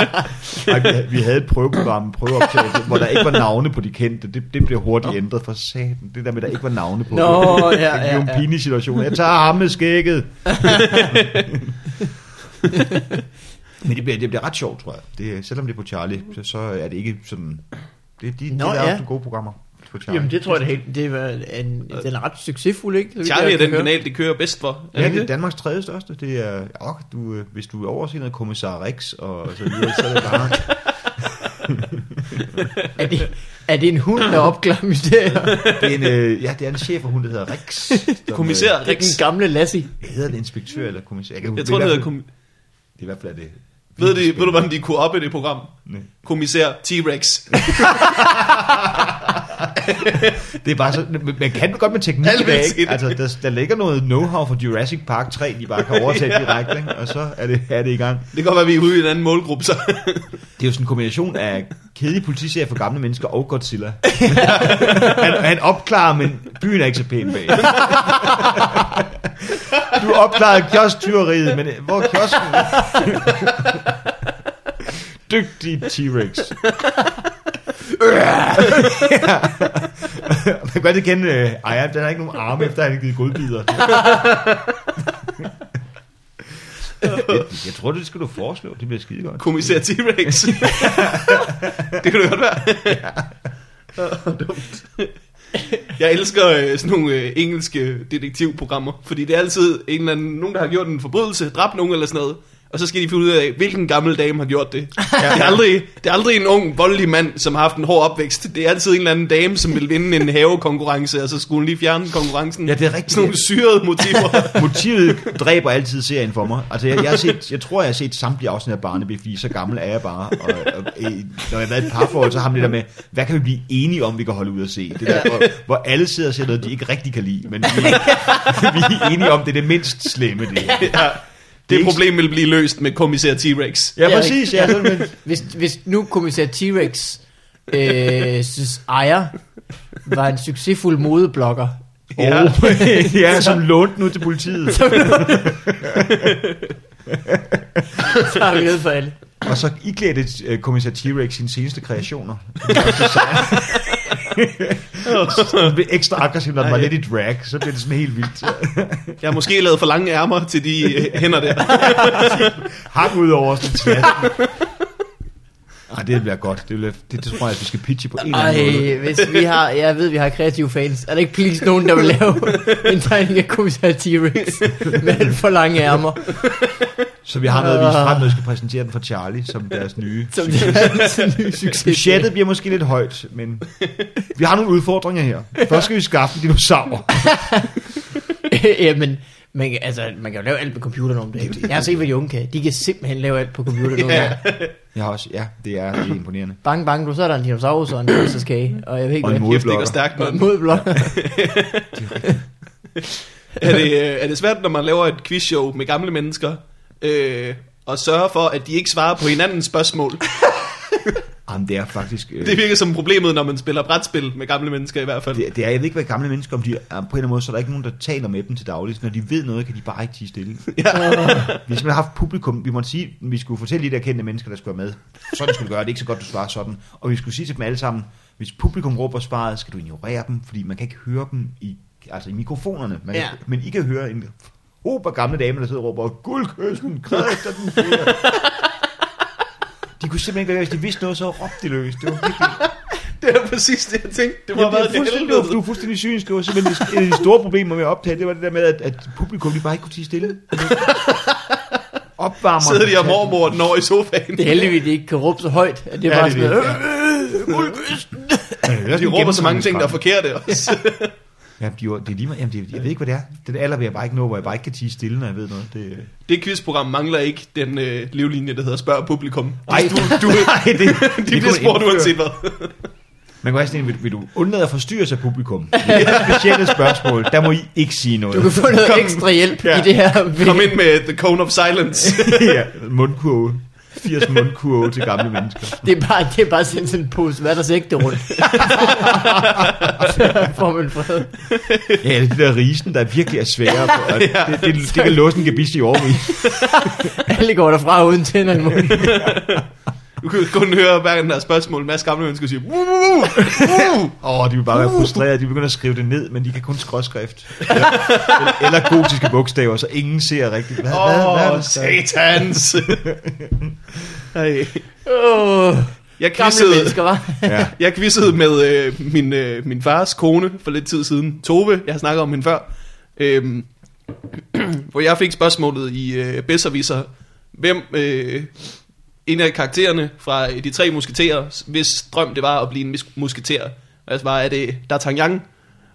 Speaker 1: ikke- Ej, vi, vi havde et prøveprogram, en prøveoptagelse, hvor der ikke var navne på de kendte. Det, det blev hurtigt ændret for satan. Det der med, der ikke var navne på.
Speaker 2: Nå, ja,
Speaker 1: det
Speaker 2: ja,
Speaker 1: er jo en
Speaker 2: ja.
Speaker 1: pinlig situation. Jeg tager ham med skægget. Men det bliver, det bliver ret sjovt, tror jeg. Det, selvom det er på Charlie, så, så er det ikke sådan... Det, de, de
Speaker 2: Nå,
Speaker 1: Nå, laver
Speaker 2: ja.
Speaker 1: ja. nogle gode programmer på Charlie.
Speaker 2: Jamen, det tror jeg da helt. Det var en, den er ret succesfuld, ikke? Så vidt
Speaker 3: Charlie
Speaker 2: jeg
Speaker 3: er
Speaker 2: kan
Speaker 3: den
Speaker 2: høre.
Speaker 3: kanal, det kører bedst for. Er
Speaker 1: Ja,
Speaker 3: det
Speaker 1: det er
Speaker 3: ikke det?
Speaker 1: Danmarks tredje største. Det er, og du, øh, hvis du overser noget kommissar Rex og så videre, så er det bare...
Speaker 2: Er det, er det en hund, der opklarer mysterier?
Speaker 1: Det er en, øh, ja, det er en chef, og hun der hedder Rex. som,
Speaker 3: Kommissær
Speaker 2: Det er
Speaker 3: Rex.
Speaker 2: den gamle Lassie.
Speaker 1: Øh, hedder det inspektør eller kommissær? Jeg, kan,
Speaker 3: Jeg tror, det
Speaker 1: det, er i
Speaker 3: hedder
Speaker 1: hvert fald-
Speaker 3: kom-
Speaker 1: det er i hvert fald er det.
Speaker 3: Ved, de, ved du, hvordan de kunne oppe det program?
Speaker 1: Nej.
Speaker 3: Kommissær T-Rex.
Speaker 1: Det er bare så, men man kan godt med teknik
Speaker 3: Alle
Speaker 1: i dag,
Speaker 3: vil sige
Speaker 1: ikke?
Speaker 3: det.
Speaker 1: Altså, der, der ligger noget know-how fra Jurassic Park 3, de bare kan overtage direkte, ikke? og så er det, er det i gang.
Speaker 3: Det kan godt være, vi er ude i en anden målgruppe, så.
Speaker 1: Det er jo sådan en kombination af kedelige politiserier for gamle mennesker og Godzilla. han, han opklarer, men byen er ikke så pæn bag. du opklarede kiosktyveriet, men øh, hvor er kiosken? Dygtig T-Rex. Man kan godt ikke kende øh, ejeren, den har ikke nogen arme, efter han har givet godbider. jeg, jeg tror, det skal du foreslå. Det bliver skide godt.
Speaker 3: Kommissær T-Rex. det kunne det godt være. Åh, dumt. Jeg elsker øh, sådan nogle øh, engelske detektivprogrammer, fordi det er altid en eller anden, nogen, der har gjort en forbrydelse, dræbt nogen eller sådan noget, og så skal de finde ud af, hvilken gammel dame har gjort det. Det er aldrig, det er aldrig en ung, voldelig mand, som har haft en hård opvækst. Det er altid en eller anden dame, som vil vinde en havekonkurrence, og så skulle hun lige fjerne konkurrencen.
Speaker 1: Ja, det er rigtigt.
Speaker 3: Sådan nogle syrede motiver.
Speaker 1: Motivet dræber altid serien for mig. Altså, jeg, jeg, har set, jeg tror, jeg har set samtlige afsnit af Barnaby, fordi så gammel er jeg bare. Og, og, øh, når jeg har været i et parforhold, så har man det der med, hvad kan vi blive enige om, vi kan holde ud og se? Det der, hvor, hvor alle sidder og ser noget, de ikke rigtig kan lide, men vi, vi er enige om, det er det mindst slemme, det her.
Speaker 3: Det
Speaker 1: ikke-
Speaker 3: problem vil blive løst med kommissær T-Rex.
Speaker 1: Ja, præcis. Ja, sådan, men,
Speaker 2: Hvis, hvis nu kommissær T-Rex øh, synes ejer var en succesfuld modeblogger,
Speaker 1: ja. ja, som lånte nu til politiet.
Speaker 2: så har vi ned for alle.
Speaker 1: Og så iklædte øh, kommissar T-Rex sine seneste kreationer. så den blev ekstra aggressiv, når den var lidt i drag, så blev det sådan helt vildt.
Speaker 3: Jeg har måske lavet for lange ærmer til de øh, hænder der.
Speaker 1: hang ud over sådan en tasken. Ej, det bliver godt. Det, bliver, det, det tror jeg, at vi skal pitche på en eller anden måde.
Speaker 2: Ej, hvis vi har, jeg ved, vi har kreative fans. Er der ikke please nogen, der vil lave en tegning af kommissær T-Rex med alt for lange ærmer?
Speaker 1: Så vi har noget at vise frem, når vi skal præsentere den for Charlie, som deres nye.
Speaker 2: Som det er altid en ny succes.
Speaker 1: Budgettet bliver måske lidt højt, men vi har nogle udfordringer her. Først skal vi skaffe en dinosaur.
Speaker 2: Jamen, Man, kan- altså, man kan jo lave alt med computer nu om dagen. Jeg har set, hvad de unge kan. De kan simpelthen lave alt på computer nu.
Speaker 3: Ja.
Speaker 2: ja.
Speaker 1: Jeg har også, ja, det er, det er imponerende.
Speaker 2: Bang, bang, du så er der en dinosaurus og en pølseskage, og jeg ved ikke
Speaker 1: Og en
Speaker 2: hvad.
Speaker 1: mod-
Speaker 3: Kæft, det går stærkt,
Speaker 2: Og en
Speaker 3: mand.
Speaker 2: modblok.
Speaker 3: er, det, øh, er det svært, når man laver et quizshow med gamle mennesker, øh, og sørge for, at de ikke svarer på hinandens spørgsmål?
Speaker 1: Jamen, det er faktisk... Øh,
Speaker 3: Det virker som problemet, når man spiller brætspil med gamle mennesker i hvert fald.
Speaker 1: det, det er, jeg ved ikke, hvad gamle mennesker, om de er, på en eller anden måde, så er der ikke nogen, der taler med dem til dagligt. Når de ved noget, kan de bare ikke tige stille. Ja. Vi har simpelthen haft publikum, vi måtte sige, vi skulle fortælle de der kendte mennesker, der skulle være med. Sådan skulle du gøre, det er ikke så godt, du svarer sådan. Og vi skulle sige til dem alle sammen, hvis publikum råber svaret, skal du ignorere dem, fordi man kan ikke høre dem i, altså i mikrofonerne. Man kan,
Speaker 2: Ja.
Speaker 1: Men I kan høre en hob af gamle damer, der sidder og råber, guldkysten, kræfter den flere. De kunne simpelthen ikke høre, hvis de vidste noget, så råbte de løs. Det var virkelig
Speaker 3: Det er præcis det, jeg tænkte. Det må have
Speaker 1: Jamen,
Speaker 3: været
Speaker 1: det er
Speaker 3: det
Speaker 1: fuldstændig, du,
Speaker 3: helvede.
Speaker 1: du er fuldstændig synsk. Det var simpelthen et af de store problemer med at optage. Det var det der med, at, at publikum de bare ikke kunne tige stille. Opvarmer.
Speaker 3: Sidder de og mormor den over i sofaen.
Speaker 2: Det er heldigvis, at de ikke kan råbe så højt, at det er
Speaker 1: Ja,
Speaker 2: bare
Speaker 1: det
Speaker 2: sådan
Speaker 1: er
Speaker 2: noget.
Speaker 1: det.
Speaker 2: "Øh,
Speaker 1: Ja,
Speaker 3: De råber så mange ting, der er forkerte også.
Speaker 1: Ja, de, er- det er lige meget. Jamen, det, jeg ved ikke, hvad det er. Den alder vil jeg bare ikke nå, hvor jeg bare ikke kan tige stille, når jeg ved noget. Det,
Speaker 3: Det quizprogram mangler ikke den øh, livlinje, der hedder Spørg publikum.
Speaker 1: Ej, du, du, nej, det,
Speaker 3: De bliver spurgt uanset hvad.
Speaker 1: Man kan også sige, vil, vil du undlade at forstyrre sig publikum? Det er et specielle spørgsmål. Der må I ikke sige noget.
Speaker 2: Du kan få noget
Speaker 3: Kom.
Speaker 2: ekstra hjælp
Speaker 3: Ja.
Speaker 2: i det her.
Speaker 3: Kom ind med The Cone of Silence.
Speaker 1: ja, mundkurve. 80 mundkurve til gamle mennesker.
Speaker 2: Det er bare, det er bare sådan sådan en pose, hvad der så ægte rundt. Så får man fred.
Speaker 1: Ja, det er de der risen, der virkelig er svære. For, at det, det, det, det kan låse en gebis i overvis.
Speaker 2: Alle går derfra uden tænder i munden.
Speaker 3: Du kan kun høre hver gang der er spørgsmål. En masse gamle mennesker siger, "Wuh, wuh, wuh, wuh."
Speaker 1: Åh, oh, de vil bare være frustrerede. De begynder at skrive det ned, men de kan kun skråskrift. Eller, eller gotiske bogstaver, så ingen ser rigtigt. Hvad, oh, hvad, hvad er
Speaker 3: Åh,
Speaker 1: der sagt?
Speaker 3: satans. Ej.
Speaker 2: Oh,
Speaker 3: Jeg
Speaker 2: gamle
Speaker 3: quizzede,
Speaker 2: mennesker, var.
Speaker 1: Ja.
Speaker 3: jeg quizzede med øh, min, øh, min fars kone for lidt tid siden. Tove, jeg har snakket om hende før. Øhm, hvor jeg fik spørgsmålet i øh, Besserviser. Hvem øh, en af karaktererne fra øh, de tre musketerer, hvis drøm det var at blive en mis- musketer. Og jeg svarer, er det D'Artagnan?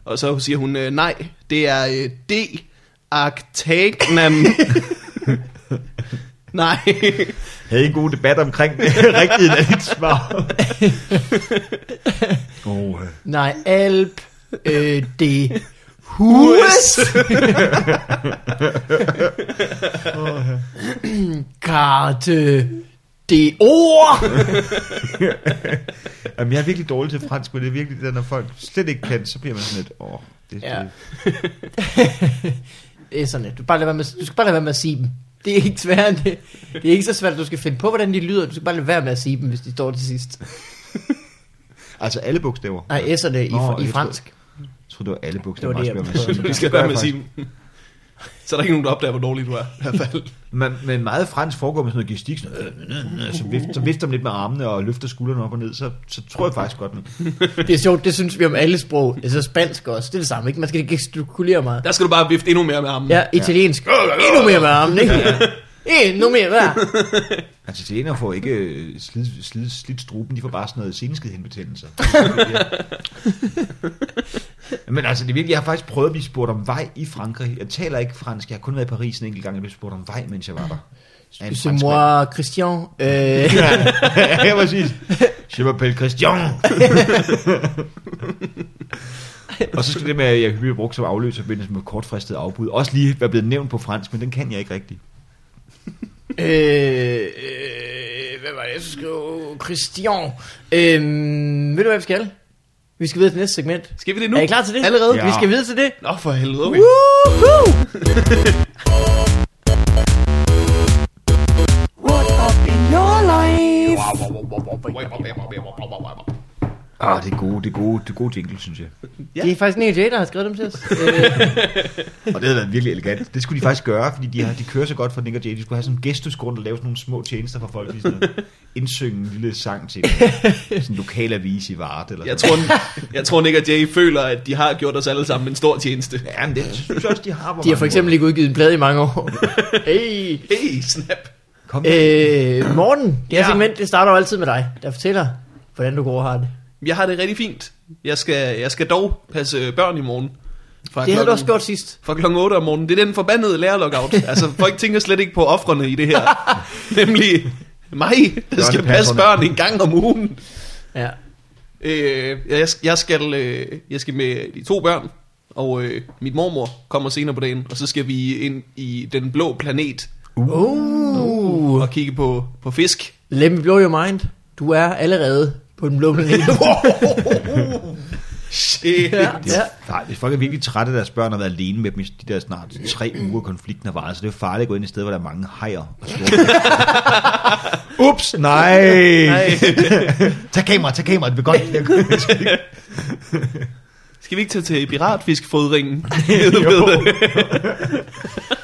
Speaker 3: Og så siger hun, øh, nej, det er øh, D. Arctagnan. nej.
Speaker 1: Havde I en god debat omkring rigtigt af dit svar? oh, øh.
Speaker 2: Nej, alp. Øh, det.
Speaker 3: US.
Speaker 2: Karte. Det ord.
Speaker 1: Jamen, jeg er virkelig dårlig til fransk, men det er virkelig det, der, når folk slet ikke kan, så bliver man sådan lidt, åh, oh, det,
Speaker 2: Ja.
Speaker 1: ja. det,
Speaker 2: Det er sådan, at du, bare lader være med, du skal bare lade være med at sige dem. Det er ikke svært. end Det, det er ikke så svært, at du skal finde på, hvordan de lyder. Du skal bare lade være med at sige dem, hvis de står til sidst.
Speaker 1: Altså alle bogstaver.
Speaker 2: Nej, S'erne i,
Speaker 1: Nå,
Speaker 2: fr- i
Speaker 1: jeg
Speaker 2: fransk.
Speaker 1: Jeg tror, det var alle
Speaker 2: Det var
Speaker 1: bogstaver.
Speaker 2: det, jeg
Speaker 1: man skal være med at sige.
Speaker 3: Vi skal være med at sige dem. Så er der ikke nogen, der opdager, hvor dårlig du er, i hvert fald.
Speaker 1: Men, men meget fransk foregår med sådan noget gestik, sådan, øh, øh, øh, så, vift, så vifter man lidt med armene og løfter skuldrene op og ned, så, så tror jeg faktisk godt, man,
Speaker 2: Det er sjovt, det synes vi om alle sprog. Altså spansk også. Det er det samme, ikke? Man skal ikke gestikulere meget.
Speaker 3: Der skal du bare vifte endnu mere med armen.
Speaker 2: Ja, italiensk. Endnu mere med armen, ikke? Endnu mere med armen.
Speaker 1: altså til får ikke øh, slid, slid, slidt struben, de får bare sådan noget seneskidhenbetændelse. men altså, det er virkelig, jeg har faktisk prøvet at blive spurgt om vej i Frankrig. Jeg taler ikke fransk, jeg har kun været i Paris en enkelt gang, jeg blev spurgt om vej, mens jeg var der. Af en
Speaker 2: C'est
Speaker 1: franskmand.
Speaker 2: moi, Christian. Øh,
Speaker 1: ja, ja, præcis. Je m'appelle Christian. og så skal det med, at jeg hyppigt brugt som afløser i forbindelse med kortfristede afbud, også lige være blevet nævnt på fransk, men den kan jeg ikke rigtigt.
Speaker 2: øh, øh, hvad var det, jeg skulle skrive? Christian. Øh, ved du, hvad vi skal? Vi skal videre til næste segment.
Speaker 3: Skal vi det nu?
Speaker 2: Er I klar til det?
Speaker 3: Allerede?
Speaker 1: Ja.
Speaker 2: Vi skal videre til det.
Speaker 3: Nå, for helvede, okay.
Speaker 2: Woohoo!
Speaker 4: What up in your life?
Speaker 1: Ah, det er gode, det er gode, det er gode jingle, synes jeg.
Speaker 3: Ja.
Speaker 2: Det er faktisk Nick Jay, der har skrevet dem til os. Øh,
Speaker 1: Og det havde været virkelig elegant. Det skulle de faktisk gøre, fordi de, har, de kører så godt for Nick og Jay. De skulle have sådan en gestusgrund og lave sådan nogle små tjenester for folk. Lige sådan noget. indsynge en lille sang til dem. sådan en lokal avis i Varte. Eller
Speaker 3: Jeg
Speaker 1: sådan
Speaker 3: tror, jeg tror Nick og Jay føler, at de har gjort os alle sammen en stor tjeneste.
Speaker 1: noget. Ja, men det synes jeg også, de har. hvor
Speaker 2: de har
Speaker 1: mange
Speaker 2: for eksempel ikke udgivet en plade i mange år. Hey.
Speaker 3: Hey, snap.
Speaker 1: måder. Kom,
Speaker 2: Øh, Morten, det her
Speaker 3: Ja.
Speaker 2: segment, det starter jo altid med dig, der fortæller, hvordan du går og har det.
Speaker 3: Jeg har det rigtig fint. Jeg skal, jeg skal dog passe børn i morgen. Fra
Speaker 2: Det havde du
Speaker 3: klokken-
Speaker 2: også gjort sidst.
Speaker 3: Fra klokken 8 om morgenen. Det er den forbandede lærerlockout. altså, folk tænker slet ikke på offrene i det her. Nemlig mig, der skal passe
Speaker 1: Børnepasserne.
Speaker 3: børn en gang om ugen.
Speaker 2: Ja.
Speaker 3: Øh, jeg, jeg, skal, øh, jeg skal med de to børn, og øh, mit mormor kommer senere på dagen, og så skal vi ind i den blå planet
Speaker 2: Uh.
Speaker 3: og kigge på, på fisk.
Speaker 2: Let me blow your mind. Du er allerede på den blå planet.
Speaker 3: Shit.
Speaker 2: ja,
Speaker 1: Det er,
Speaker 2: ja.
Speaker 1: nej, hvis folk er virkelig trætte af deres børn og har været alene med dem i de der snart tre uger, konflikten har varet, så det er jo farligt at gå ind et sted, hvor der er mange hajer. og store- Ups, nej.
Speaker 3: Nej.
Speaker 1: Tag kamera, tag kamera, det vil godt.
Speaker 3: Skal vi ikke tage til piratfiskfodringen?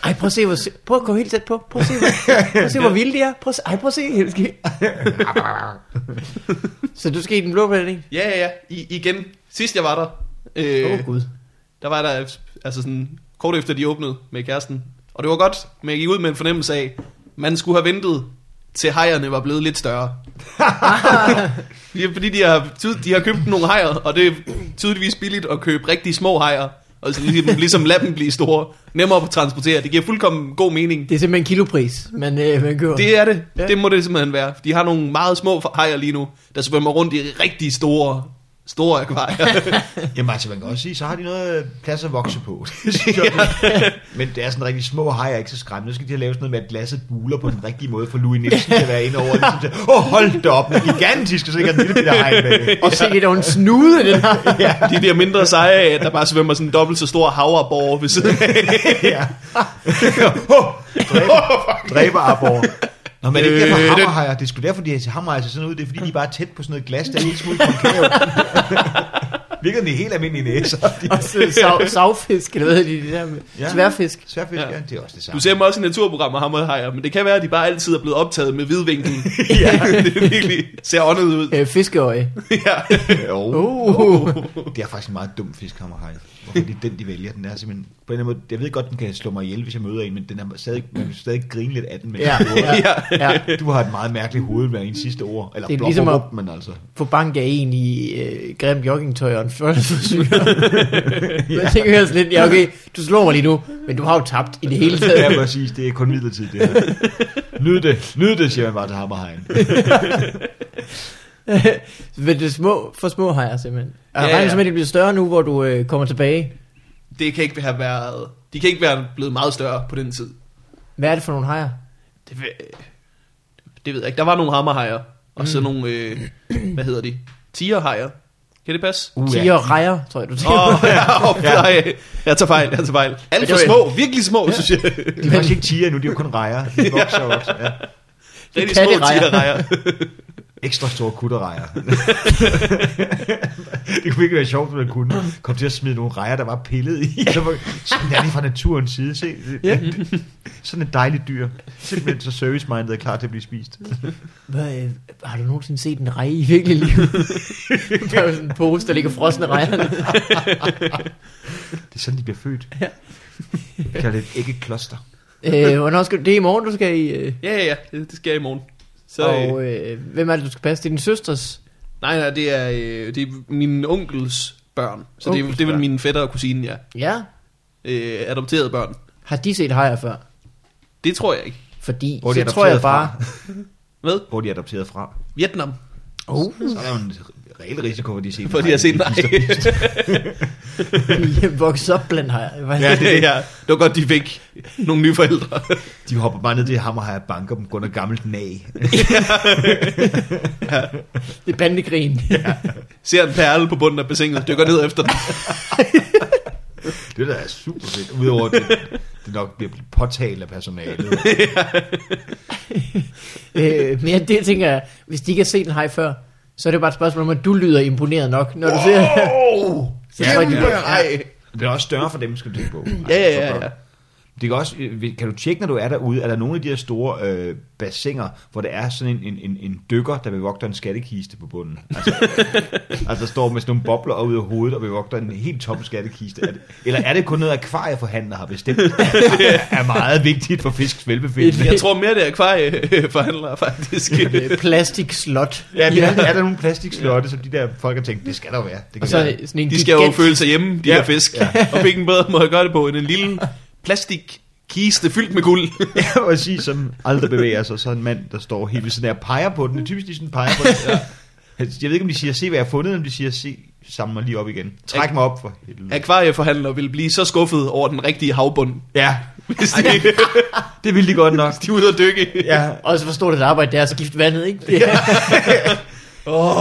Speaker 2: Ej, prøv at se, hvor, se- prøv at gå helt tæt på. Prøv at se, hvor, prøv at se, hvor vilde de er. Prøv at se, ej, prøv at se, Helge. Så du skal i den blå planet, ikke?
Speaker 3: ja, ja, ja. I, igen. Sidst jeg var der,
Speaker 2: Åh,
Speaker 3: øh,
Speaker 2: oh, Gud.
Speaker 3: der var der altså sådan, kort efter de åbnede med kæresten. Og det var godt, men jeg gik ud med en fornemmelse af, man skulle have ventet til hejerne var blevet lidt større. Det er fordi, de har, tyd- de har købt nogle hejer, og det er tydeligvis billigt at købe rigtig små hejer. Og så ligesom, ligesom lade dem blive store. Nemmere at transportere. Det giver fuldkommen god mening.
Speaker 2: Det er simpelthen kilopris, man, øh, man køber.
Speaker 3: Det er det.
Speaker 2: Ja.
Speaker 3: Ja. Det må det simpelthen være. De har nogle meget små hajer lige nu, der svømmer rundt i rigtig store, store akvarier.
Speaker 1: Jamen altså, man kan også sige, så har de noget øh, plads at vokse på. Det synes jeg, Men det er sådan rigtig små hajer, ikke så skræmmende. Nu skal de have lavet sådan noget med, at glasset buler på den rigtige måde, for Louis Nielsen kan være inde over. Ligesom, til, Åh, oh, hold da op, den er gigantisk, og så ikke er den lille bitte hej med.
Speaker 2: Og se, det er jo en snude, den her.
Speaker 3: De bliver mindre seje af, at der bare svømmer sådan en dobbelt så stor havreborg ved siden af.
Speaker 1: Ja. Åh, dræber, dræber abor. Nå, men er det er ikke
Speaker 3: Øh,
Speaker 1: derfor
Speaker 3: den-
Speaker 1: hammerhajer. Det er sgu derfor, de har hammerhajer ser sådan ud. Det er fordi, de er bare tæt på sådan noget glas, der er en lille smule konkave. Virker den i helt almindelige næser. De,
Speaker 2: Og så sav, savfisk, eller hvad hedder de, de der med? Ja.
Speaker 1: Ja.
Speaker 2: Sværfisk.
Speaker 1: Sværfisk,
Speaker 3: Ja.
Speaker 1: ja. det er også det samme.
Speaker 3: Du ser dem også i naturprogrammer, ham og hajer, men det kan være, at de bare altid er blevet optaget med hvidvinkel. ja. det er virkelig ser åndet ud.
Speaker 2: Øh, fiskeøje.
Speaker 3: ja.
Speaker 1: Jo.
Speaker 2: Uh.
Speaker 1: Det er faktisk en meget dum fisk, hammerhaj. Hvorfor er det den, de vælger? Den er simpelthen... På en eller anden måde, jeg ved godt, den kan slå mig ihjel, hvis jeg møder en, men den er stadig, man kan stadig grine lidt af den. Men
Speaker 2: Ja,
Speaker 3: Ja.
Speaker 2: ja, ja.
Speaker 1: Du har et meget mærkeligt hoved med en sidste ord. Eller
Speaker 2: Det
Speaker 1: det
Speaker 2: er
Speaker 1: er
Speaker 2: ligesom at-
Speaker 1: men altså.
Speaker 2: Få bank af en i øh, grim joggingtøj og en fløjteforsyre. Jeg tænker altså lidt, ja okay, du slår mig lige nu, men du har jo tabt i det hele
Speaker 1: Det er
Speaker 2: taget.
Speaker 1: præcis, det er kun midlertidigt. Det her. Nyd det, nyd det, siger man bare til hammerhajen.
Speaker 2: men det er små, for små har jeg simpelthen. Jeg
Speaker 3: Ja,
Speaker 2: regner
Speaker 3: ja.
Speaker 2: simpelthen, det bliver større nu, hvor du øh, kommer tilbage.
Speaker 3: Det kan ikke have været... De kan ikke være blevet meget større på den tid.
Speaker 2: Hvad er det for nogle hajer?
Speaker 3: Det ved, det ved jeg ikke. Der var nogle hammerhajer, og så nogle... Øh, hvad hedder de? Tigerhajer. Kan det passe?
Speaker 1: Uh, ja.
Speaker 2: Tiger og rejer, tror jeg, du tænker.
Speaker 3: Åh,
Speaker 2: Oh.
Speaker 3: oh, ja, oh, nej. Jeg tager fejl, jeg tager fejl. Alt for
Speaker 2: Det var-
Speaker 3: små, virkelig små, synes jeg.
Speaker 1: De er faktisk ikke tiger nu, de er jo kun rejer. De vokser og vokser. Ja.
Speaker 3: Rigtig små
Speaker 2: katterejer.
Speaker 3: tigerrejer.
Speaker 1: Ekstra store kutterrejer. det kunne ikke være sjovt, hvis man kunne komme til at smide nogle rejer, der var pillet i. Så var- Sådan er det fra naturens side. Se,
Speaker 2: Ja.
Speaker 1: ja. Sådan et dejligt dyr. Simpelthen så service-minded er klar til at blive spist.
Speaker 2: Hvad, øh, har du nogensinde set en rej i virkelig livet? der er jo sådan en pose, der ligger frosne rejer.
Speaker 1: Det er sådan, de bliver født. Ja. Jeg kalder det et æggekloster.
Speaker 2: Øh, hvornår skal du, det er i morgen, du skal i... Øh,
Speaker 3: Ja, ja, ja, det det skal jeg i morgen. Så, øh,
Speaker 2: og øh, hvem er det, du skal passe? Det er din søsters.
Speaker 3: nej, nej, det er, øh, det er min onkels børn. Så det, er- det er vel
Speaker 1: Onkelsbørn.
Speaker 3: mine fætter og kusine, ja.
Speaker 2: Ja.
Speaker 3: Øh, adopterede børn.
Speaker 2: Har de set hajer før?
Speaker 3: Det tror jeg ikke.
Speaker 2: Fordi,
Speaker 1: Hvor er
Speaker 2: så
Speaker 1: de
Speaker 2: tror jeg
Speaker 1: adopteret
Speaker 2: bare...
Speaker 3: Hvad?
Speaker 1: Hvor de er adopteret fra.
Speaker 3: Vietnam.
Speaker 2: Oh,
Speaker 1: Så er der jo en reel risiko, for de ser
Speaker 3: For de har set nej.
Speaker 2: de vokser op blandt hajer.
Speaker 3: ja, det, ja, det var godt, de fik nogle nye forældre.
Speaker 1: De hopper bare ned til hammerhajer og banker dem grund af gammelt nag.
Speaker 2: Det er bandekrigen.
Speaker 3: Ser en perle på bunden af bassinet, dykker ned efter den.
Speaker 1: Det der er super fedt. Udover at det, det nok bliver påtalt af personalet.
Speaker 2: øh, men ja, det tænker jeg, hvis de ikke har set en haj før, så er det bare et spørgsmål om, at du lyder imponeret nok, når du ser
Speaker 3: Åh!
Speaker 2: Så tror jeg, de-
Speaker 3: Kæmpe ej.
Speaker 1: Det er også større for dem, skal du tænke på. Altså,
Speaker 3: Ja, ja, ja,
Speaker 1: for
Speaker 3: ja.
Speaker 1: børn. Det kan, også, øh, kan du tjekke, når du er derude, er der nogle af de her store øh, bassiner, hvor der er sådan en, en, en, en dykker, der bevogter en skattekiste på bunden? Altså, altså står med sådan nogle bobler ud af hovedet og bevogter en helt tom skattekiste. Er det, eller er det kun noget, akvarieforhandler har bestemt, er, er meget vigtigt for fisks velbefindende?
Speaker 3: Jeg tror mere, det er akvarieforhandlere, faktisk.
Speaker 2: Øh, Plastikslot.
Speaker 1: Ja, men er, er der nogle plastikslotte, som de der folk har tænkt, det skal der jo være. Det kan
Speaker 2: Og så
Speaker 1: være.
Speaker 2: sådan en
Speaker 3: De skal jo
Speaker 2: gigant-
Speaker 3: føle sig hjemme, de
Speaker 1: Ja.
Speaker 3: ja. her fisk. Ja. Og hvilken bedre måde at gøre det på, end en lille plastikkiste fyldt med guld.
Speaker 1: Ja, præcis, som aldrig bevæger sig. Så en mand, der står helt ved siden af og peger på den. Det er typisk, de sådan peger på den. Altså, Jeg ved ikke, om de siger, se hvad jeg har fundet, eller om de siger, se, samle mig lige op igen. Træk mig op for helvede.
Speaker 3: Akvarieforhandlere vil blive så skuffet over den rigtige havbund,
Speaker 1: Ja,
Speaker 3: hvis de,
Speaker 1: det ville de godt nok.
Speaker 3: de er ude at dykke.
Speaker 1: Ja,
Speaker 2: Og så forstår det et arbejde, det er at skifte vandet, ikke? Det er,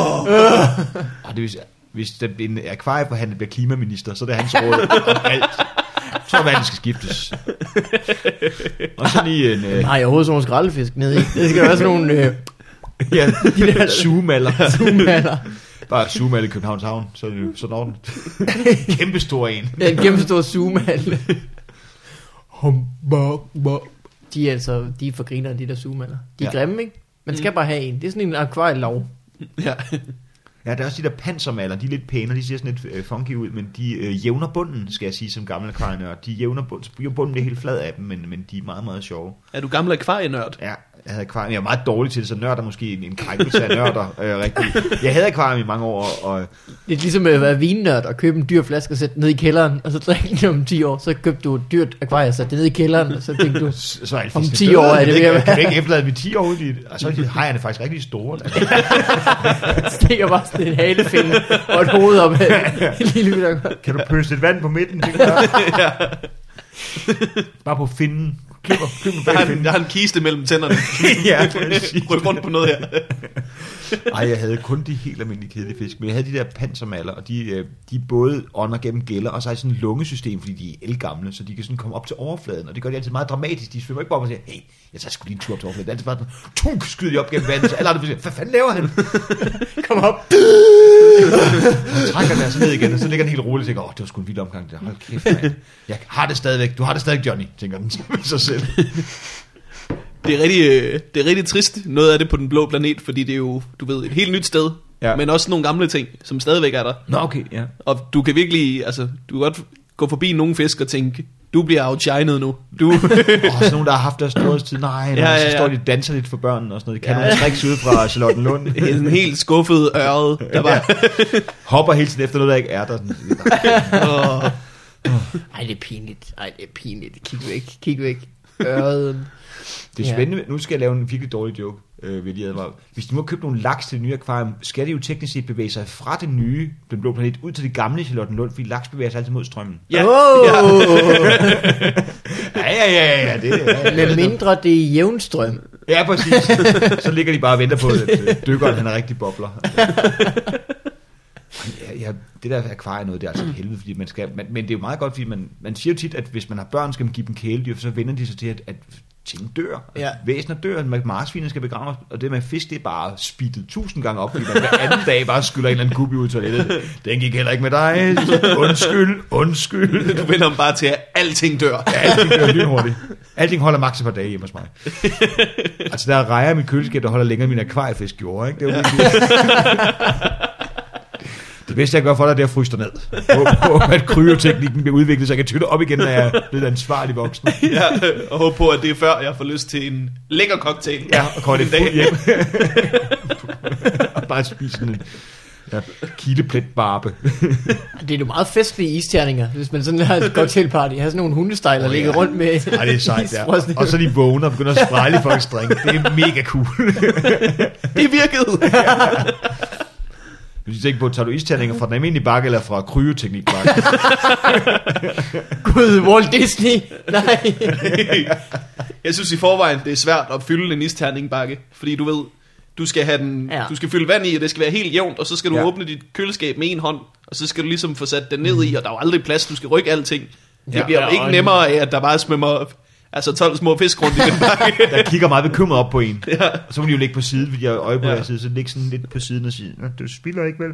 Speaker 1: og det, er, hvis, hvis der bliver en akvarieforhandler bliver klimaminister, så er det hans råd om alt. Så vandet skal skiftes. Og så lige en øh,
Speaker 2: nej, jeg overhovedet sådan nogle skraldefisk nede i. Det skal være sådan nogle øh,
Speaker 1: ja, sugemaller.
Speaker 2: tumaler.
Speaker 1: Bare sugemal i Københavns Havn, så er det jo sådan ordentligt. Kæmpe stor en.
Speaker 2: Det er en kæmpestor zoomalle. Humbug, De er altså, de er for griner, de der zoomaller. De er
Speaker 1: Ja.
Speaker 2: ja. grimme, ikke? Man
Speaker 3: Mm.
Speaker 2: skal bare have en. Det er sådan en akvarielov.
Speaker 3: Ja.
Speaker 1: Ja, der er også de der pansermaler, de er lidt pænere, de ser sådan lidt øh, funky ud, men de øh, jævner bunden, skal jeg sige som gammel akvarienørd. De jævner bunden, så bliver bunden bliver helt flad af dem, men, men de er meget, meget sjove.
Speaker 3: Er du gammel akvarienørd?
Speaker 1: Ja, jeg havde akvarium, jeg er meget dårlig til det, så nørder måske en, en krænkelse af nørder, øh, rigtigt. Jeg havde akvarium i mange år, og
Speaker 2: Det er ligesom at være vinnørd og købe en dyr flaske og sætte den ned i kælderen, og så drikke den om 10 år. Så købte du et dyrt akvarie og satte det ned i kælderen, og så tænkte du,
Speaker 1: så, så er det
Speaker 2: Om
Speaker 1: fiskene
Speaker 2: 10
Speaker 1: døde,
Speaker 2: år er
Speaker 1: jeg
Speaker 2: det
Speaker 1: ved
Speaker 2: ved at
Speaker 1: ikke, Kan du ikke efterlade dem i 10 år ude i det? Og så er de hejerne faktisk rigtig store.
Speaker 2: stikker bare sådan en halefinger og et hoved op af en lille bitte akvarie.
Speaker 1: Kan du pøse lidt vand på midten? Det kan jeg. Bare på finden. Klip, klip
Speaker 3: Der har, en, der har en kiste mellem tænderne.
Speaker 1: ja, præcis.
Speaker 3: Ryk rundt på noget her.
Speaker 1: Ej, jeg havde kun de helt almindelige kedelige fisk, men jeg havde de der pansermaller, og de, øh, de både ånder gennem gælder, og så har de sådan et lungesystem, fordi de er elgamle, så de kan sådan komme op til overfladen, og det gør de altid meget dramatisk. De svømmer ikke bare op og siger, hey, jeg tager sgu lige en tur op til overfladen. Det er altid bare sådan, tunk, skyder de op gennem vandet, så alle andre siger, hvad fanden laver han?
Speaker 2: Kom op.
Speaker 1: Så trækker den altså ned igen, og så ligger den helt roligt og tænker, åh, det var sgu en vild omgang, det der. hold kæft, mand. Jeg har det stadigvæk, du har det stadigvæk, Johnny, tænker den så med sig selv.
Speaker 3: Det er, rigtig, øh, det er rigtig trist, noget af det på den blå planet, fordi det er jo, du ved, et helt nyt sted.
Speaker 1: Ja.
Speaker 3: Ja. Men også nogle gamle ting, som stadigvæk er der.
Speaker 1: Nå, okay, ja.
Speaker 3: Og du kan virkelig, altså, du kan godt gå forbi nogle fisk og tænke, du bliver outshined nu. Du,
Speaker 1: Og sådan nogen, der har haft deres storhedstid, nej, nej,
Speaker 3: Ja,
Speaker 1: ja,
Speaker 3: ja,
Speaker 1: ja,
Speaker 3: ja.
Speaker 1: så står de og danser lidt for børnene og sådan noget. De kan
Speaker 3: Ja.
Speaker 1: nogle tricks ud fra Charlotten Lund.
Speaker 3: en helt skuffet øret, der var...
Speaker 1: Hopper hele tiden efter noget, der ikke er der.
Speaker 3: Åh.
Speaker 2: Ej, det er pinligt. Ej, det er pinligt. Kig væk, kig væk. Øret.
Speaker 1: Det er
Speaker 2: Ja.
Speaker 1: spændende. Nu skal jeg lave en virkelig dårlig joke, øh, vil jeg lige advare. om. Hvis de nu har købt nogle laks til det nye akvarium, skal det jo teknisk set bevæge sig fra det nye, den blå planet, ud til det gamle Charlottenlund, fordi laks bevæger sig altid mod strømmen.
Speaker 3: Ja,
Speaker 2: oh!
Speaker 3: ja.
Speaker 1: Ja, ja, ja, ja, det er
Speaker 2: Med mindre det er jævnstrøm.
Speaker 1: Ja, præcis. Så ligger de bare og venter på, at øh, dykkeren han er rigtig bobler. Ja, ja, det der akvarie noget, det er altså et helvede, fordi man skal, man, men det er jo meget godt, fordi man, man siger jo tit, at hvis man har børn, skal man give dem kæledyr, for så vender de sig til, at, at ting dør.
Speaker 2: Ja.
Speaker 1: Væsener dør, at marsvinene skal begraves, og det med fisk, det er bare spidtet tusind gange op, fordi man hver anden dag bare skyller en eller anden gubbi ud i toilettet. Den gik heller ikke med dig. Undskyld, undskyld.
Speaker 3: Du vender dem bare til, at alting dør.
Speaker 1: Ja, alting dør lynhurtigt. Alting holder maks et par dage hjemme hos mig. Altså, der er rejer i mit køleskab, der holder længere, end min akvariefisk gjorde, ikke? Det, er jo virkelig- det bedste, jeg gør for dig, det er at fryse dig ned. På, på at kryoteknikken bliver udviklet, så jeg kan tytte op igen, når jeg er blevet ansvarlig voksen.
Speaker 3: Ja, og håber på, at det er før, jeg får lyst til en lækker cocktail.
Speaker 1: Ja, og kommer det
Speaker 3: En dag.
Speaker 1: fuld hjem. og bare spise sådan en ja, kileplet barbe.
Speaker 2: Det er jo meget festlige isterninger, hvis man sådan har et cocktailparty. Har sådan nogle hundestejler oh,
Speaker 1: Åh,
Speaker 2: ja. ligger
Speaker 1: ja.
Speaker 2: rundt med
Speaker 1: Ej, det er sejt, ja.
Speaker 2: isfrosne-
Speaker 1: Og så de vågner og begynder at sprælle i folks drink. Det er mega cool.
Speaker 3: Det virkede.
Speaker 1: Hvis du tænker på, tager du isterninger fra den almindelige bakke eller fra kryoteknikbakke?
Speaker 2: Gud, Walt Disney. Nej.
Speaker 3: Jeg synes i forvejen, det er svært at fylde en isterningbakke, fordi du ved, du skal, have den,
Speaker 2: Ja.
Speaker 3: ja. du skal fylde vand i, og det skal være helt jævnt, og så skal du
Speaker 1: Ja.
Speaker 3: ja. åbne dit køleskab med en hånd, og så skal du ligesom få sat den ned i, og der er jo aldrig plads, du skal rykke alting. Det
Speaker 2: Ja.
Speaker 3: ja, bliver
Speaker 2: Ja,
Speaker 3: jo ikke
Speaker 2: og-
Speaker 3: nemmere af, at der bare svømmer altså 12 små fisk rundt i den bakke.
Speaker 1: der kigger meget bekymret op på en. Ja. Så må de jo ligge på siden, fordi jeg har øje på ja. side, så ligge sådan lidt på siden og sige, "Nå, du spiller ikke vel?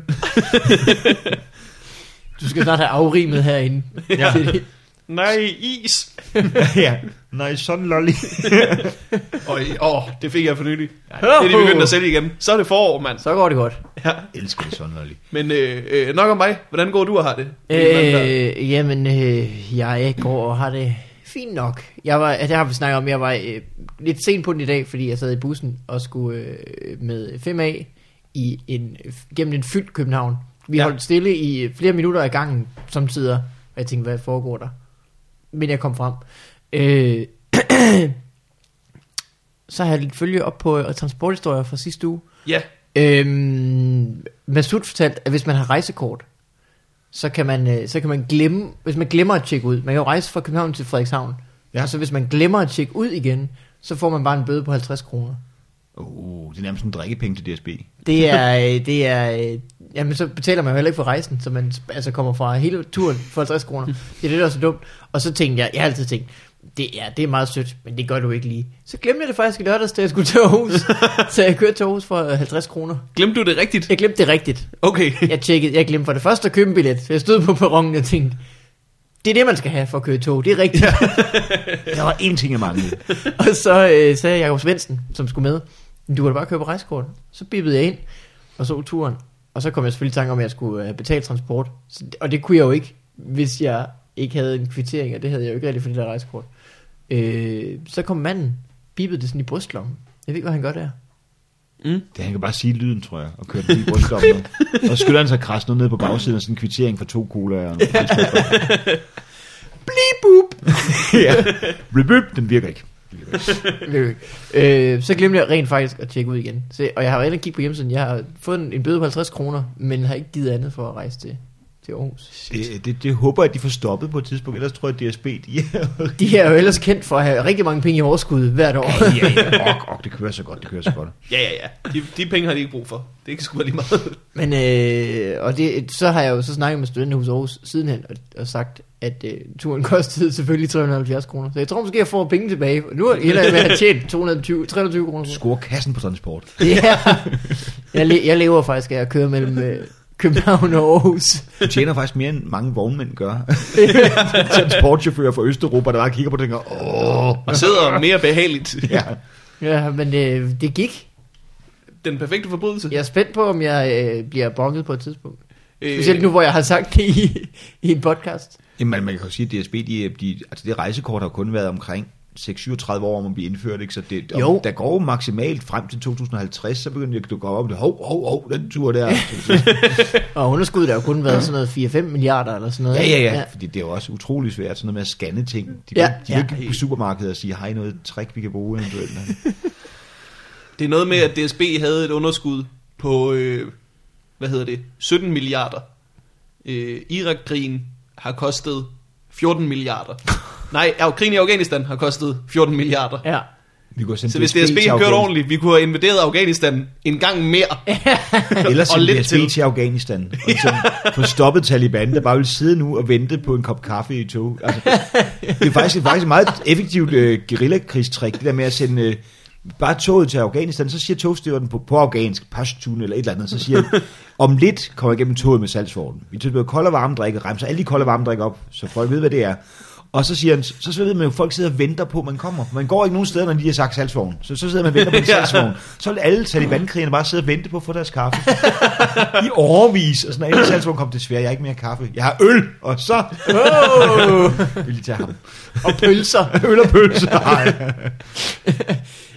Speaker 2: Du skal snart have afrimet herinde.
Speaker 1: Ja.
Speaker 2: Det er det.
Speaker 3: Nej, is.
Speaker 1: ja. Nej, sådan lolly.
Speaker 3: Og åh, det fik jeg for nylig. Det er de begyndt at sælge igen. Så er det forår, mand.
Speaker 2: Så går det godt.
Speaker 3: Ja.
Speaker 1: Jeg elsker sådan lolly.
Speaker 3: Men øh, øh, nok om mig. Hvordan går du og har det?
Speaker 2: Øh, jamen, øh, jeg går og har det fint nok. Jeg var, altså, det har vi snakket om, jeg var øh, lidt sent på den i dag, fordi jeg sad i bussen og skulle øh, med 5A i en, gennem en fyldt København. Vi
Speaker 3: Ja.
Speaker 2: ja. holdt stille i flere minutter i gangen, samtidig, og jeg tænkte, hvad foregår der? Men jeg kom frem. Øh, så har jeg lidt følge op på øh, transporthistorier fra sidste uge.
Speaker 3: Ja.
Speaker 2: Øhm, Masud fortalte, at hvis man har rejsekort, så kan man, øh, så kan man glemme, hvis man glemmer at tjekke ud, man kan jo rejse fra København til Frederikshavn,
Speaker 1: Ja.
Speaker 2: ja. og så hvis man glemmer at tjekke ud igen, så får man bare en bøde på 50 kroner.
Speaker 1: Oh, det er nærmest en drikkepenge til DSB.
Speaker 2: Det er, øh, det er, øh, jamen så betaler man jo heller ikke for rejsen, så man sp- altså kommer fra hele turen for 50 kroner. Det er det, der er så dumt. Og så tænkte jeg, jeg har altid tænkt, det er, det er meget sødt, men det gør du ikke lige. Så glemte jeg det faktisk i lørdags, da jeg skulle til Aarhus. så jeg kørte til Aarhus for øh, 50 kroner.
Speaker 3: Glemte du det rigtigt?
Speaker 2: Jeg glemte det rigtigt.
Speaker 3: Okay.
Speaker 2: jeg tjekkede, jeg glemte for det første at købe en billet, så jeg stod på perronen og tænkte, det er det, man skal have for at køre i tog, det er rigtigt. Ja.
Speaker 1: Der var én ting, jeg manglede.
Speaker 2: og så øh, sagde Jacob Svendsen, som skulle med, du kan da bare købe rejsekort. Så bippede jeg ind, og så turen. Og så kom jeg selvfølgelig i tanke om, at jeg skulle øh, betale transport. Så, og det kunne jeg jo ikke, hvis jeg ikke havde en kvittering, og det havde jeg jo ikke rigtig for det der rejsekort. Øh, så kom manden, bippede det sådan i brystlommen. Jeg ved ikke, hvad han gør der.
Speaker 1: Det, han kan bare sige lyden, tror jeg, og køre den i brystommet. og så skylder han sig krasse noget ned på bagsiden, og sådan en kvittering for to colaer. og nogle
Speaker 2: Blibup!
Speaker 1: ja. Rebup, den virker ikke.
Speaker 2: Løg. øh, så glemte jeg rent faktisk at tjekke ud igen. Så, og jeg har været inde og kigge på hjemmesiden. Jeg har fået en, en bøde på 50 kroner, men har ikke givet andet for at rejse til, til Aarhus.
Speaker 1: Det, det, det, håber jeg, at de får stoppet på et tidspunkt, ellers tror jeg, at DSB, de er...
Speaker 2: De er jo ellers kendt for at have rigtig mange penge i overskud hvert år.
Speaker 1: ja, ja, ok, ok, det kører så godt, det kører så godt.
Speaker 3: Ja, ja, ja. De, de penge har de ikke brug for. Det kan sgu være lige meget.
Speaker 2: Men øh, og det, så har jeg jo så snakket med Studenterhus Aarhus sidenhen og, og sagt, at øh, turen kostede selvfølgelig 370 kroner. Så jeg tror måske, jeg får penge tilbage. Nu ender jeg med at have tjent 220, 320 kroner.
Speaker 1: Score kassen på transport.
Speaker 2: Ja. Jeg, le, jeg lever faktisk af at køre mellem øh, København og Aarhus.
Speaker 1: Du tjener faktisk mere, end mange vognmænd gør. Transportchauffører fra Østeuropa, der bare kigger på det og tænker, åh...
Speaker 3: Og sidder mere behageligt.
Speaker 1: Ja.
Speaker 2: Ja, men øh, det gik.
Speaker 3: Den perfekte forbrydelse.
Speaker 2: Jeg er spændt på, om jeg øh, bliver bonget på et tidspunkt.
Speaker 3: Øh,
Speaker 2: Specielt nu, hvor jeg har sagt det i, i en podcast.
Speaker 1: Jamen, man- man kan jo sige, at DSB, de, de, altså det rejsekort har jo kun været omkring 6-37 år om at blive indført, ikke? så det, om,
Speaker 2: Jo.
Speaker 1: der går jo maksimalt frem til 2050, så begynder det at gå op om det, hov, hov, hov, den tur der.
Speaker 2: Og underskuddet har jo kun været sådan noget 4-5 milliarder eller sådan noget.
Speaker 1: ja, ja, ja,
Speaker 2: ja.
Speaker 1: fordi det er jo også utrolig svært, sådan noget med at scanne ting. De,
Speaker 2: Ja,
Speaker 1: ja, de kan
Speaker 2: ja.
Speaker 1: ikke gå på supermarkedet og sige, har I noget trick, vi kan bruge eventuelt?
Speaker 3: Det er noget med, at DSB havde et underskud på, øh, hvad hedder det, 17 milliarder. Øh, Irak-krigen har kostet 14 milliarder. Nej, ja, krigen i Afghanistan har kostet 14 milliarder.
Speaker 2: ja.
Speaker 1: Vi kunne
Speaker 3: Så hvis DSB havde kørt ordentligt, vi kunne have invaderet Afghanistan en gang mere.
Speaker 1: Eller
Speaker 3: og
Speaker 1: sende
Speaker 3: lidt
Speaker 1: DSB
Speaker 3: til.
Speaker 1: til. til Afghanistan, og ligesom få stoppet Taliban, der bare vil sidde nu og vente på en kop kaffe i tog. Altså, det er faktisk, det er faktisk et meget effektivt øh, guerillakrigstrik, det der med at sende øh, bare toget til Afghanistan, så siger togstyrten på, på afghansk, Pashtun eller et eller andet, så siger han, om lidt kommer jeg igennem toget med salgsvorden. Vi tilbyder kolde og varme drikke, remser alle de kolde og varme drikke op, så folk ved, hvad det er. Og så siger han, så, så ved man jo, at folk sidder og venter på, at man kommer. Man går ikke nogen steder, når de har sagt salgsvogn. Så, så sidder man og venter på en salgsvogn. Så vil alle talibankrigerne bare sidde og vente på at få deres kaffe i overvis, og sådan, og inden salgsvogn kom, desværre, jeg har ikke mere kaffe, jeg har øl, og så
Speaker 2: Oh,
Speaker 1: vil de tage ham.
Speaker 2: og pølser.
Speaker 1: Øl og pølse, nej.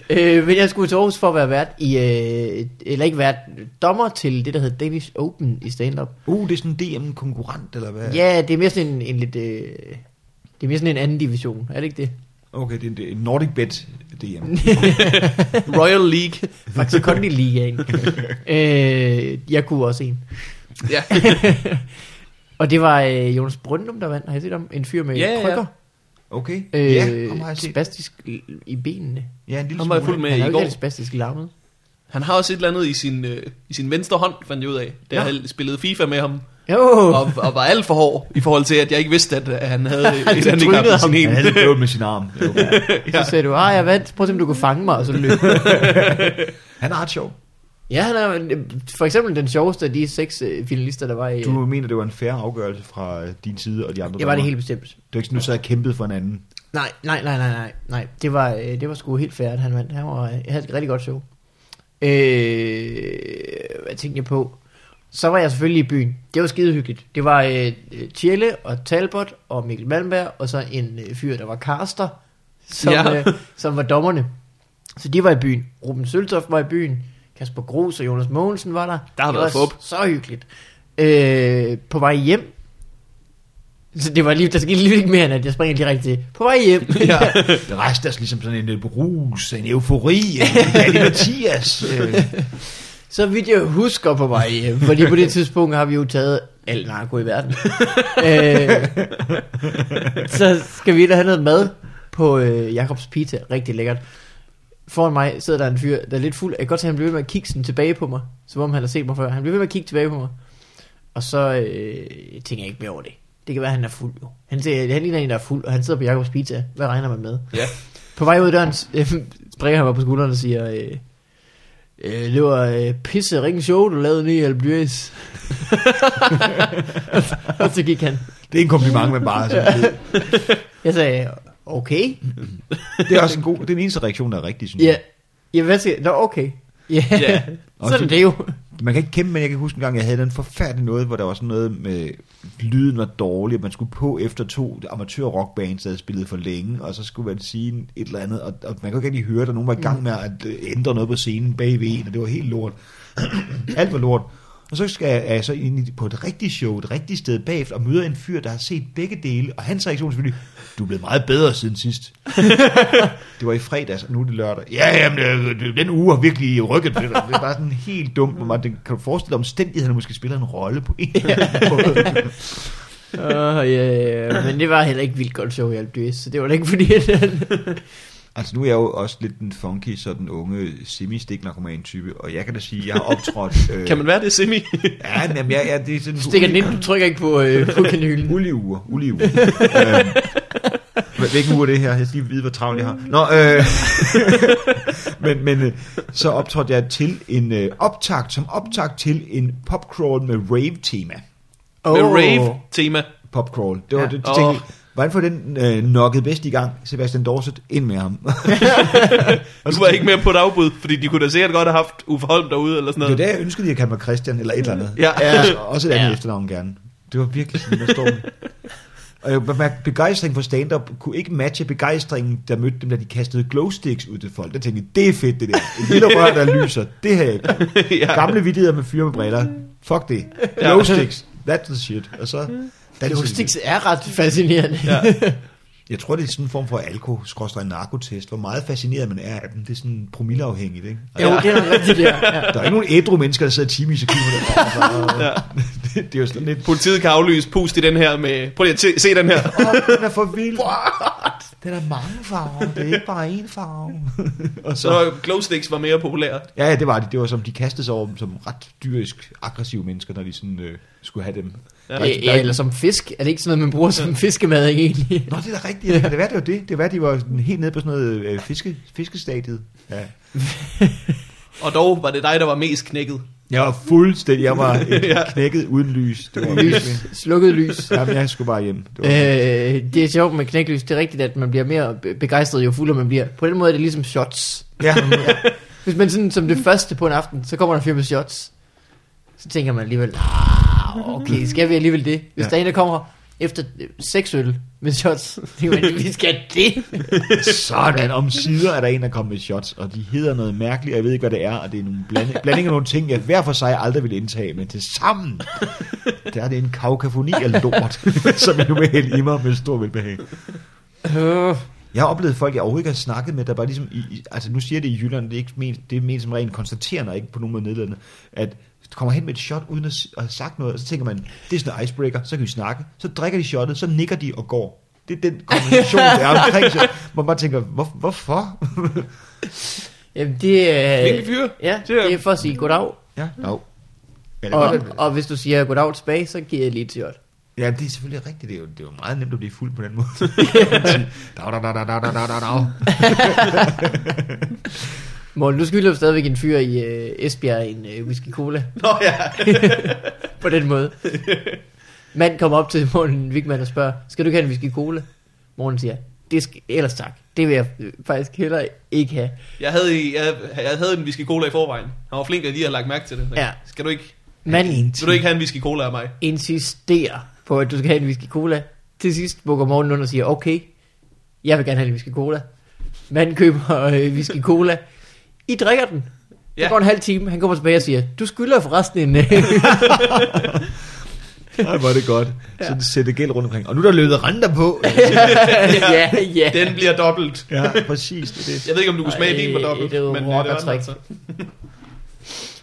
Speaker 2: Øh, men jeg skulle til Aarhus for at være vært i, øh, eller ikke vært, dommer til det, der hedder Danish Open i stand-up.
Speaker 1: Uh, det er sådan en DM-konkurrent, eller hvad?
Speaker 2: Ja, det er mere sådan en, en lidt, øh, det er mere sådan en anden division, er det ikke det?
Speaker 1: Okay, det er en- det er en Nordic Bet DM.
Speaker 3: Royal League.
Speaker 2: Faktisk kun i ligaen. øh, jeg kunne også en.
Speaker 3: Ja.
Speaker 2: Og det var øh, Jonas Brøndum, der vandt. Har I set om? En fyr med
Speaker 3: Ja,
Speaker 2: ja,
Speaker 3: ja.
Speaker 2: krykker.
Speaker 1: Okay, øh, ja,
Speaker 2: Øh,
Speaker 1: ham har
Speaker 2: ja,
Speaker 1: jeg set. Øh,
Speaker 2: spastisk l- i benene.
Speaker 1: Ja, en lille
Speaker 3: Han var jeg fuld
Speaker 1: smule.
Speaker 2: Men han er jo
Speaker 3: med i
Speaker 2: ikke
Speaker 3: går.
Speaker 2: helt spastisk larmet.
Speaker 3: Han har også et eller andet i sin, øh, i sin venstre hånd, fandt jeg ud af, da
Speaker 1: Ja.
Speaker 3: jeg spillede FIFA med ham.
Speaker 2: Jo,
Speaker 3: og, og var alt for hård i forhold til, at jeg ikke vidste, at, at han havde et handicap
Speaker 2: trynede
Speaker 3: i sin
Speaker 1: Han
Speaker 2: ham.
Speaker 3: ene.
Speaker 1: havde bøvl med sin arm. Det var bra.
Speaker 2: så sagde du, ah, jeg vandt. Prøv at se, om du kunne fange mig. Og så løb.
Speaker 1: Han er ret sjov.
Speaker 2: Ja, han er øh, for eksempel den sjoveste af de seks øh, finalister, der var i...
Speaker 1: Du mener, det var en færre afgørelse fra øh, din side og de andre
Speaker 2: det var det
Speaker 1: dommer.
Speaker 2: helt bestemt.
Speaker 1: Det var ikke sådan, du sad og kæmpede for en anden.
Speaker 2: Nej, nej, nej, nej, nej, nej. Det var, øh, det var sgu helt færdigt, han vandt. Han var, øh, han havde et rigtig godt show. Øh, hvad tænkte jeg på? Så var jeg selvfølgelig i byen. Det var skide hyggeligt. Det var øh, Tjelle og Talbot og Mikkel Malmberg, og så en øh, fyr, der var Karster, som,
Speaker 3: Ja.
Speaker 2: ja. øh, som var dommerne. Så de var i byen. Ruben Søltoft var i byen. Kasper Gros og Jonas Mogensen var der.
Speaker 3: Der har
Speaker 2: det
Speaker 3: været
Speaker 2: var
Speaker 3: fup.
Speaker 2: Så hyggeligt. Øh, på vej hjem, så det var lige, der skete lige ikke mere, end at jeg springer direkte til, på vej hjem.
Speaker 3: Ja.
Speaker 1: Det rejste os ligesom sådan en øh, brus, en eufori, en en Mathias. Øh,
Speaker 2: Så vidt jeg husker på vej hjem, fordi på det tidspunkt har vi jo taget al narko i verden. øh, så skal vi ind og have noget mad på øh, Jakobs Pizza, rigtig lækkert. Foran mig sidder der en fyr, der er lidt fuld. Jeg kan godt se, at han bliver ved med at kigge sådan tilbage på mig, som om han har set mig før. Han bliver ved med at kigge tilbage på mig. Og så øh, tænker jeg ikke mere over det. Det kan være, at han er fuld jo. Han, ser, han ligner en, der er fuld, og han sidder på Jakobs Pizza. Hvad regner man med?
Speaker 3: Ja.
Speaker 2: På vej ud af døren øh, springer han mig på skulderen og siger, øh, øh, det var øh, pisse ringen show, du lavede nede i Albiers. og så gik han.
Speaker 1: det er en kompliment, man bare sådan ved.
Speaker 2: Jeg sagde, okay.
Speaker 1: Det er også en god, det er den eneste reaktion, der er rigtig, synes
Speaker 2: Ja,
Speaker 1: jeg.
Speaker 2: ja hvad siger Nå, okay. Ja,
Speaker 3: Ja.
Speaker 2: yeah. sådan er det jo.
Speaker 1: Man kan ikke kæmpe, men jeg kan huske en gang, jeg havde den forfærdelige noget, hvor der var sådan noget med, lyden var dårlig, og man skulle på efter to amatør-rockbands, der havde spillet for længe, og så skulle man sige et eller andet, og, og man kunne ikke rigtig høre, at der nogen var i gang med at øh, ændre noget på scenen bagved en, og det var helt lort. Alt var lort. Og så skal jeg altså ind i- på et rigtigt show, et rigtigt sted bagefter, og møder en fyr, der har set begge dele, og hans reaktion er selvfølgelig, du er blevet meget bedre siden sidst. det var i fredags, og nu er det lørdag. Ja, jamen, det- det- den uge har virkelig rykket til dig. Det er bare sådan helt dumt, hvor man det, kan du forestille dig, omstændighederne måske spiller en rolle på en eller anden måde.
Speaker 2: Uh, yeah. Men det var heller ikke vildt godt show i Albiers, så det var da ikke fordi, at
Speaker 1: Altså nu er jeg jo også lidt den funky, sådan unge, semi-stiknarkoman type, og jeg kan da sige, jeg har optrådt... Øh,
Speaker 3: Kan man være det semi?
Speaker 1: Ja, jamen, jeg, jeg, det er sådan...
Speaker 2: stikker den ind, du trykker ikke på, øh, på kanylen.
Speaker 1: Ulige uger, ulige uger. øhm, hva- hvilken uge er det her? Jeg skal lige vide, hvor travlt jeg har. Nå, øh, men, men øh, så optrådte jeg til en øh, optakt, som optakt til en popcrawl med rave-tema.
Speaker 2: Åh.
Speaker 3: Med rave-tema.
Speaker 1: Popcrawl. Det var
Speaker 2: Ja.
Speaker 1: ja. det,
Speaker 3: Åh.
Speaker 1: jeg tænkte, hvordan får den øh, nokket bedst i gang? Sebastian Dorset, ind med ham.
Speaker 3: Du var ikke med på et afbud, fordi de kunne da sikkert godt have haft Uffe Holm derude eller sådan
Speaker 1: Det var
Speaker 3: noget.
Speaker 1: da, jeg ønskede, at jeg kaldte mig Christian, eller et eller andet.
Speaker 3: Ja.
Speaker 1: ja også et andet
Speaker 2: Ja.
Speaker 1: ja. efternavn gerne. Det var virkelig sådan, der stod Og jeg bemærkte, begejstringen for stand-up kunne ikke matche begejstringen, der mødte dem, da de kastede glowsticks ud til folk. Der tænkte jeg, det er fedt, det der. En lille rør, der lyser. Det her ikke.
Speaker 3: Ja.
Speaker 1: Gamle vidtigheder med fyre med briller. Fuck det. Glowsticks. That's the shit. Og så... dansede de.
Speaker 2: Sticks er ret fascinerende. Ja.
Speaker 1: Jeg tror, det er sådan en form for alko-narkotest. Hvor meget fascineret man er af dem. Det er sådan promilleafhængigt, ikke?
Speaker 2: Jo, det er nok rigtigt, ja. ja.
Speaker 1: Der er ikke nogen ædru mennesker, der sidder timevis og kigger på det.
Speaker 3: Ja.
Speaker 1: det. Det er jo sådan lidt...
Speaker 3: Politiet kan aflyse pust i den her med... Prøv lige at se- se den her.
Speaker 1: Åh, den er for vild. Den er mange farver. Det er ikke bare én farve. og så,
Speaker 3: Så glowsticks var mere populære.
Speaker 1: ja, ja, det var det. Det var som, de kastede sig over dem som ret dyrisk aggressive mennesker, når de sådan, øh, skulle have dem. Ja.
Speaker 2: Ja, ja, eller som fisk. Er det ikke sådan noget, man bruger som fiskemad, ikke egentlig?
Speaker 1: Nå, det er da rigtigt. Ja. Kan det være, det var det? Det var, de var sådan helt nede på sådan noget øh, fiske, fiskestadiet. Ja.
Speaker 3: Og dog var det dig, der var mest knækket.
Speaker 1: Jeg var fuldstændig, jeg var øh, knækket uden lys. Det var virkelig.
Speaker 2: Lys, slukket lys.
Speaker 1: Jamen, jeg skulle bare hjem. Det var,
Speaker 2: Øh, det er sjovt med knæklys, det er rigtigt, at man bliver mere be- begejstret, jo fuldere man bliver. På den måde er det ligesom shots.
Speaker 1: ja.
Speaker 2: Hvis man sådan som det
Speaker 3: Mm.
Speaker 2: første på en aften, så kommer der fire med shots. Så tænker man alligevel, "Ah, okay, skal vi alligevel det? Hvis
Speaker 1: Ja.
Speaker 2: der er en, der kommer efter øh, seks øl med shots, tænker man, vi skal det.
Speaker 1: Sådan, om sider er der en, der kommer med shots, og de hedder noget mærkeligt, og jeg ved ikke, hvad det er, og det er nogle blanding, blanding af nogle ting, jeg hver for sig aldrig ville indtage, men til sammen, der er det en kaukafoni af lort, som jeg nu vil hælde i mig med stor velbehag.
Speaker 2: Øh,
Speaker 1: Jeg har oplevet folk, jeg overhovedet ikke har snakket med, der bare ligesom, i, i, altså nu siger jeg det i Jylland, det er, ikke ment, det er ment som rent konstaterende, og ikke på nogen måde nedladende, at du kommer hen med et shot uden at, s- at have sagt noget, og så tænker man, det er sådan en icebreaker, så kan vi snakke, så drikker de shotet, så nikker de og går. Det er den kombination, der er omkring shot, hvor man bare tænker, hvor, hvorfor?
Speaker 2: jamen det er...
Speaker 3: Hvilke fyre?
Speaker 2: Ja,
Speaker 3: Det er-
Speaker 2: det er for at sige goddag.
Speaker 1: Ja, no. Ja, det,
Speaker 2: Og,
Speaker 1: og, og,
Speaker 2: og hvis du siger goddag tilbage, så giver jeg lige et shot.
Speaker 1: ja, det er selvfølgelig rigtigt. Det er, jo, det er jo meget nemt at blive fuld på den måde. Dag, dag, dag, dag, dag, dag, dag, dag.
Speaker 2: Morten, du skylder jo stadigvæk en fyr i øh, Esbjerg en øh, whisky cola.
Speaker 3: Nå ja.
Speaker 2: På den måde. Mand kommer op til Morten Wigman og spørger, skal du ikke have en whisky cola? Morten siger, det skal, ellers tak. Det vil jeg øh, faktisk heller ikke have.
Speaker 3: Jeg havde, jeg, jeg havde en whisky cola i forvejen. Han var flink at lige at lagt mærke til det.
Speaker 2: Ja.
Speaker 3: Skal du ikke,
Speaker 2: Manden
Speaker 3: vil du ikke have en whisky cola af mig?
Speaker 2: insisterer på, at du skal have en whisky cola. Til sidst bukker Morten under og siger, okay, jeg vil gerne have en whisky cola. Manden køber øh, whisky cola. I drikker den. Ja.
Speaker 3: Ja.
Speaker 2: Der går en halv time, han kommer tilbage og siger, du skylder forresten en... øh,
Speaker 1: Ej, hvor er det godt. Så sætte gæld rundt omkring. Og nu er der løbet renter på.
Speaker 2: ja, ja.
Speaker 3: Den bliver dobbelt.
Speaker 1: ja, præcis. Det, er det.
Speaker 3: Jeg ved ikke, om du kunne smage
Speaker 2: Ej,
Speaker 3: din på dobbelt.
Speaker 2: det er jo
Speaker 3: øh, var den
Speaker 2: rockertrick.
Speaker 3: altså.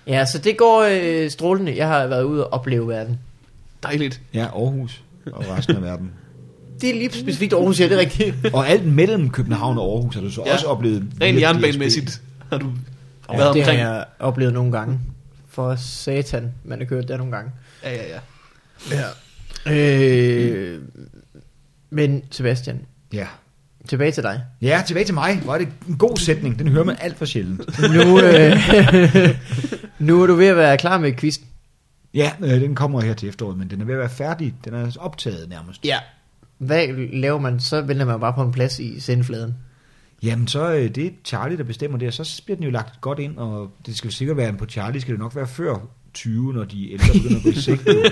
Speaker 2: Ja, så det går øh, strålende. Jeg har været ude og opleve verden.
Speaker 3: Dejligt.
Speaker 1: Ja, Aarhus og resten af verden.
Speaker 2: Det er lige specifikt Aarhus, ja, det er rigtigt.
Speaker 1: Og alt mellem København og Aarhus har du så
Speaker 3: Ja.
Speaker 1: ja. også oplevet. via
Speaker 3: Rent
Speaker 1: DSB.
Speaker 3: jernbanemæssigt har du
Speaker 2: Ja,
Speaker 3: været
Speaker 2: det har
Speaker 3: omkring.
Speaker 2: jeg oplevet nogle gange. For satan, man har kørt der nogle gange.
Speaker 3: Ja, ja, ja.
Speaker 2: Ja. Øh, men Sebastian,
Speaker 1: Ja.
Speaker 2: tilbage til dig.
Speaker 1: Ja, tilbage til mig. Hvor er det en god sætning. Den hører man alt for sjældent.
Speaker 2: Nu, øh, nu er du ved at være klar med quiz.
Speaker 1: Ja, øh, den kommer her til efteråret, men den er ved at være færdig. Den er altså optaget nærmest.
Speaker 2: Ja. Hvad laver man? Så vender man bare på en plads i sendfladen.
Speaker 1: Jamen, så øh, det er Charlie, der bestemmer det, og så bliver den jo lagt godt ind, og det skal jo sikkert være, på Charlie skal det nok være før 20, når de ældre begynder at gå i seng. jo.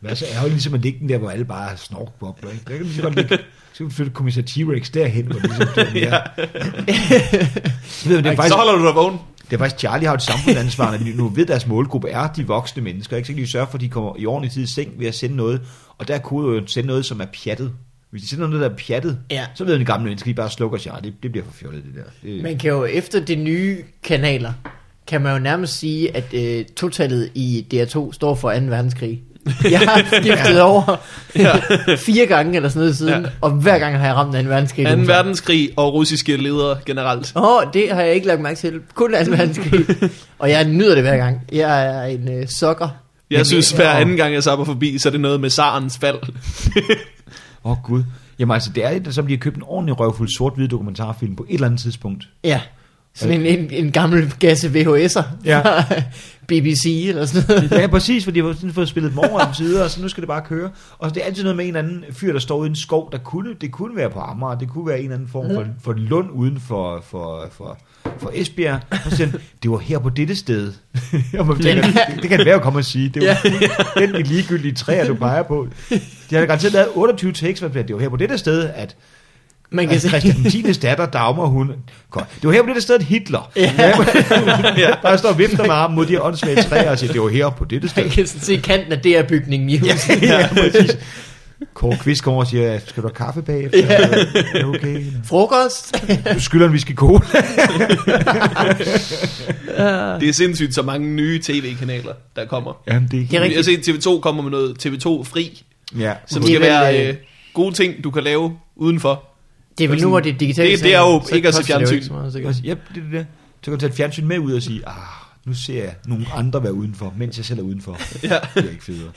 Speaker 1: Hvad så ærgerligt ligesom at ligge den der, hvor alle bare snork bobler, ikke? Der kan man lige så godt ligge, så kan vi flytte kommissar T-Rex derhen, hvor det ligesom bliver mere. Så ved man, det er
Speaker 3: Ej,
Speaker 1: faktisk,
Speaker 3: Så holder du dig vågen.
Speaker 1: det er faktisk, Charlie har jo et samfundsansvar, når de nu ved, deres målgruppe er de voksne mennesker, ikke? Så kan de sørge for, at de kommer i ordentlig tid i seng ved at sende noget, og der kunne jo sende noget, som er pjattet. Hvis de sender noget, der er pjattet,
Speaker 2: Ja.
Speaker 1: så ved den gamle mennesker, de bare slukker sig. Ah, Det, det bliver for fjollet, det der. Det,
Speaker 2: Man kan jo efter de nye kanaler, kan man jo nærmest sige, at øh, totallet i DR2 står for 2. verdenskrig. Jeg har skiftet over fire gange eller sådan noget siden,
Speaker 3: Ja.
Speaker 2: ja. og hver gang har jeg ramt 2. verdenskrig.
Speaker 3: 2. verdenskrig og russiske ledere generelt.
Speaker 2: Åh, oh, det har jeg ikke lagt mærke til. Kun 2. verdenskrig. og jeg nyder det hver gang. Jeg er en øh, sokker.
Speaker 3: Jeg synes, hver
Speaker 1: og-
Speaker 3: anden gang jeg zapper forbi, så er det noget med Sarens fald.
Speaker 1: Åh oh, gud. Jamen altså, det er et, som de har købt en ordentlig røvfuld sort-hvid dokumentarfilm på et eller andet tidspunkt.
Speaker 2: Ja. Sådan en, en, en gammel gasse VHS'er
Speaker 1: Ja.
Speaker 2: fra BBC eller sådan noget.
Speaker 1: Ja, præcis, fordi de har sådan fået spillet dem over om sider, og så nu skal det bare køre. Og det er altid noget med en eller anden fyr, der står ude i en skov, der kunne, det kunne være på Amager, det kunne være en eller anden form for, for lund uden for, for, for, for Esbjerg. Og så siger han, det var her på dette sted. og man tænker, det, det kan det være at komme og sige. Det er jo ja. den ligegyldige træer, du peger på. De har da garanteret lavet 28 takes, hvor man bliver, det var her på dette sted, at
Speaker 2: Man kan
Speaker 1: Altså,
Speaker 2: sige,
Speaker 1: Christian Tines datter, Dagmar, hun... Godt. Det var her på dette sted, at Hitler.
Speaker 2: Ja.
Speaker 1: Ja. ja. Der står og vifter med armen mod de her åndssvage træer og siger, det var her på dette sted.
Speaker 2: man kan sådan se kanten af DR-bygningen i huset.
Speaker 1: ja, præcis. Kåre Kvist kommer og siger, skal du have kaffe bagefter? Ja. ja okay.
Speaker 2: Frokost.
Speaker 1: Du skylder en whisky cola.
Speaker 3: Det er sindssygt så mange nye tv-kanaler, der kommer.
Speaker 1: Jamen, det
Speaker 2: Det er
Speaker 3: Jeg har
Speaker 2: rigtigt.
Speaker 3: set TV2 kommer med noget TV2 fri,
Speaker 1: Ja.
Speaker 3: som
Speaker 2: Det er vel,
Speaker 3: skal være
Speaker 2: øh,
Speaker 3: øh, gode ting, du kan lave udenfor.
Speaker 2: Det er vel nu, hvor det er digitalt.
Speaker 3: Det- det er jo
Speaker 2: så
Speaker 3: ikke at se
Speaker 2: koster det jo
Speaker 3: fjernsyn.
Speaker 2: ikke så meget, sikkert.
Speaker 1: Og sige, Ja, det er det, det. Så kan du tage et fjernsyn med ud og sige, ah, nu ser jeg nogle andre være udenfor, mens jeg selv er udenfor.
Speaker 3: Ja.
Speaker 1: Det er ikke federe.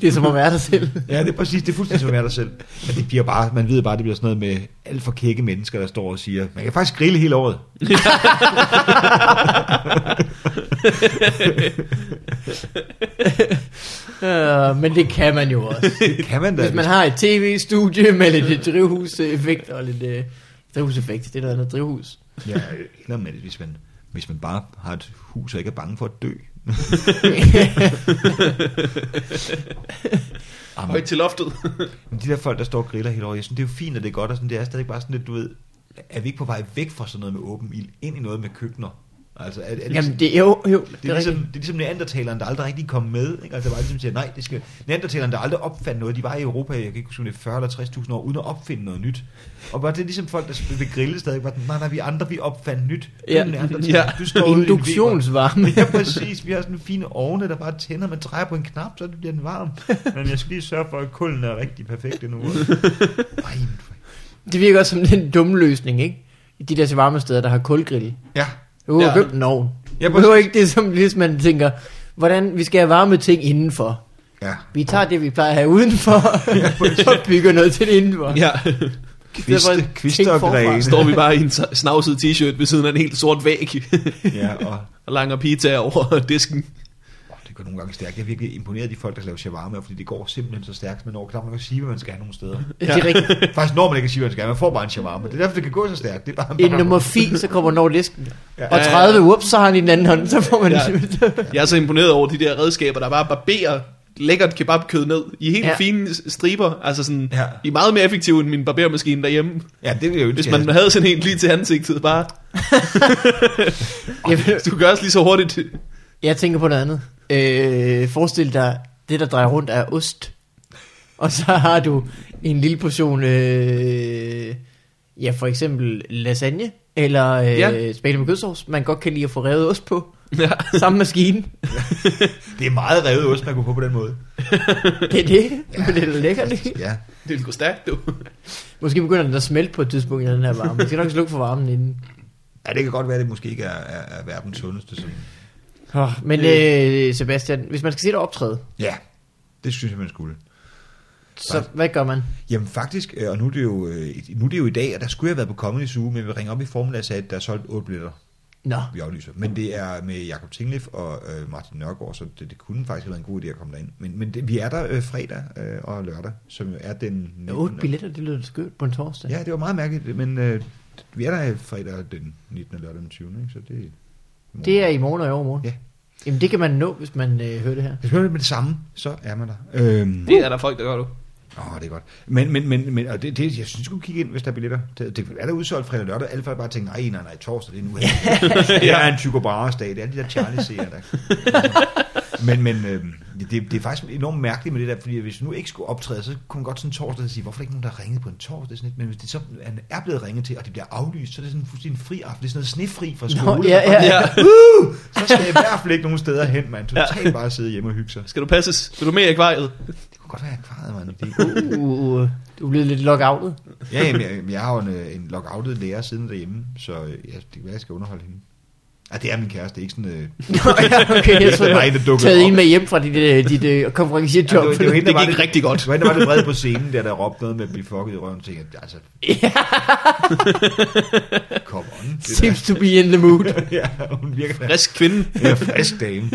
Speaker 2: Det er som at være der selv.
Speaker 1: Ja, det er præcis. Det er fuldstændig som at være dig selv. Men det bliver bare, man ved bare, det bliver sådan noget med alt for kække mennesker, der står og siger, man kan faktisk grille hele året.
Speaker 2: Uh, men det kan man jo også.
Speaker 1: Det kan man da.
Speaker 2: Hvis man har et tv-studie med lidt øh, drivhuseffekt og lidt... Øh, drivhuseffekt, det er noget andet drivhus.
Speaker 1: Ja, eller med det, hvis man, hvis man bare har et hus og ikke er bange for at dø. Amen.
Speaker 3: Højt til loftet.
Speaker 1: Men de der folk, der står og griller hele året, jeg synes, det er jo fint, at det er godt, og sådan, det er stadig bare sådan lidt, du ved, er vi ikke på vej væk fra sådan noget med åben ild, ind i noget med køkkener? Altså, er, er det,
Speaker 2: Jamen, det er jo... jo det,
Speaker 1: det, er ligesom, det er ligesom neandertaleren, der aldrig rigtig kom med. Ikke? Altså, der var ligesom siger, nej, det skal... Neandertaleren, der aldrig opfandt noget, de var i Europa, jeg kan ikke huske, om det er 40 eller 60.000 år, uden at opfinde noget nyt. Og var det ligesom folk, der sp- vil grille stadig, var den, nej, nej, vi andre, vi opfandt nyt. Du
Speaker 2: Ja.
Speaker 1: er neandertaler.
Speaker 3: Ja.
Speaker 1: Du står ude i en Weber.
Speaker 2: Induktionsvarme.
Speaker 1: Ja, præcis. Vi har sådan fine ovne, der bare tænder. Man drejer på en knap, så bliver den varm. Men jeg skal lige sørge for, at kulden er rigtig perfekt endnu. Ej,
Speaker 2: Det virker også som den dumme løsning, ikke? De der til varme steder, der har kulgrill.
Speaker 1: ja.
Speaker 2: Du har
Speaker 3: Ja.
Speaker 2: købt en ovn.
Speaker 1: Ja,
Speaker 2: Du behøver ikke det, som hvis man tænker, hvordan vi skal have varme ting indenfor.
Speaker 1: Ja.
Speaker 2: Vi tager det, vi plejer at have udenfor, og bygger noget til det indenfor.
Speaker 3: ja. Derfor
Speaker 1: Kviste, kvister og
Speaker 2: ting forfra.
Speaker 1: grene.
Speaker 3: står vi bare i en t- snavset t-shirt ved siden af en helt sort væg
Speaker 1: Ja, og
Speaker 3: og langer pita over disken.
Speaker 1: åh, det går nogle gange stærkt. Jeg er virkelig imponeret af de folk, der laver shawarma, fordi det går simpelthen så stærkt, man når knap nok at sige, hvad man skal have nogle steder.
Speaker 2: Ja. Det er rigtigt.
Speaker 1: Faktisk når man ikke at sige, hvad man skal have, man får bare en shawarma. Det er derfor, det kan gå så stærkt. Det er bare
Speaker 2: En nummer 4, så kommer når disken.
Speaker 1: Ja.
Speaker 2: Og 30, whoops, så har han i den anden hånd, så får man
Speaker 3: Ja.
Speaker 2: ja.
Speaker 3: Jeg er så imponeret over de der redskaber, der bare barberer lækkert kebabkød ned i helt ja.
Speaker 2: Ja.
Speaker 3: fine striber. Altså sådan, ja.
Speaker 1: Ja.
Speaker 3: I er meget mere effektive end min barbermaskine derhjemme.
Speaker 1: Ja, det vil jeg ønske.
Speaker 3: Hvis man
Speaker 1: jeg
Speaker 3: havde sådan en lige til ansigtet, bare,
Speaker 2: jeg,
Speaker 3: du gør os lige så hurtigt.
Speaker 2: jeg tænker på noget andet. Øh, forestil dig, det der drejer rundt er ost. Og så har du en lille portion, øh, ja for eksempel lasagne, eller øh,
Speaker 3: Ja.
Speaker 2: ja. spaghetti med kødsovs, man godt kan lide at få revet ost på.
Speaker 3: Ja.
Speaker 2: Samme maskine.
Speaker 1: havde- Det er meget revet ost, man kunne få på den måde.
Speaker 2: Det er det. Ja. Men det er da lækkert. ikke?
Speaker 1: Ja.
Speaker 3: Det ville gå stærkt, du.
Speaker 2: Måske begynder den at smelte på et tidspunkt i den her varme. Man skal nok slukke for varmen inden.
Speaker 1: ja, det kan godt være, at det måske ikke er, er, er verdens sundeste. Sådan.
Speaker 2: Oh, men øh, Sebastian, hvis man skal se dig optræde,
Speaker 1: Ja, det synes jeg, man skulle.
Speaker 2: så hvad gør man?
Speaker 1: Jamen faktisk, øh, og nu er, det jo, øh, nu er det jo i dag, og der skulle jeg have været på Comedy Zoo, men vi ringer op i formiddag og sagde, at der er solgt otte billetter,
Speaker 2: Nå,
Speaker 1: vi aflyser. Men det er med Jakob Tinglef og øh, Martin Nørgaard, så det, det kunne faktisk have været en god idé at komme derind. Men, men det, vi er der øh, fredag øh, og lørdag, som jo er den... 19.
Speaker 2: otte billetter, det lyder skørt på en torsdag.
Speaker 1: Ja, det var meget mærkeligt, men øh, vi er der øh, fredag den 19. og lørdag den 20. Ikke? Så det, er-
Speaker 2: Det er i morgen og i overmorgen.
Speaker 1: Ja.
Speaker 2: Jamen det kan man nå, hvis man øh, hører det her.
Speaker 1: Hvis man er med det samme, så er man der. Øhm,
Speaker 3: Det er der folk, der gør, du.
Speaker 1: Åh, det er godt. Men, men, men, men og det, det, jeg synes, du skulle kigge ind, hvis der er billetter. Det, det er der udsolgt fredag og lørdag. Alle folk bare tænker, nej, nej, nej, torsdag, det er nu her. det er en Tycho Brahes dag. Det er alle de der Charlie-serier, der. men men øh, det, det, er faktisk enormt mærkeligt med det der, fordi hvis du nu ikke skulle optræde, så kunne man godt sådan en torsdag sige, hvorfor er der ikke nogen, der har ringet på en torsdag? Sådan lidt. Men hvis det så han er blevet ringet til, og det bliver aflyst, så er det sådan fuldstændig en fri aften. Det er sådan noget snefri fra skole.
Speaker 2: Nå, ja, ja.
Speaker 3: Ja.
Speaker 1: Uh, så skal jeg i hvert fald ikke nogen steder hen, man. Totalt ja. bare sidde hjemme og hygge sig.
Speaker 3: Skal du passes? Vil du med i akvariet?
Speaker 1: Det kunne godt være, jeg kvarede, mand. Det er
Speaker 2: Uh, uh, du er blevet lidt lockoutet.
Speaker 1: Ja, jamen, jeg, jeg har jo en, øh, en lockoutet lærer siden derhjemme, så øh, jeg, det kan være, jeg skal underholde hende. Ja, det er min kæreste, det er ikke sådan... Øh,
Speaker 2: Nå, ja, okay, jeg tror,
Speaker 1: Det
Speaker 2: du
Speaker 1: var en, der
Speaker 2: har
Speaker 1: dukkede
Speaker 2: taget en
Speaker 1: op.
Speaker 2: med hjem fra dit, øh, dit øh, konferencierjob.
Speaker 1: var- var hende, der
Speaker 3: Det
Speaker 1: var
Speaker 3: gik
Speaker 1: lidt-
Speaker 3: rigtig godt.
Speaker 1: Det var hende, der var lidt vred på scenen, der der råbte noget med at blive fucket i røven, tænkte jeg, altså... Ja. Come on. Det der.
Speaker 2: Seems to be in the mood.
Speaker 1: ja, hun virker da
Speaker 3: Frisk kvinde.
Speaker 1: ja, frisk dame.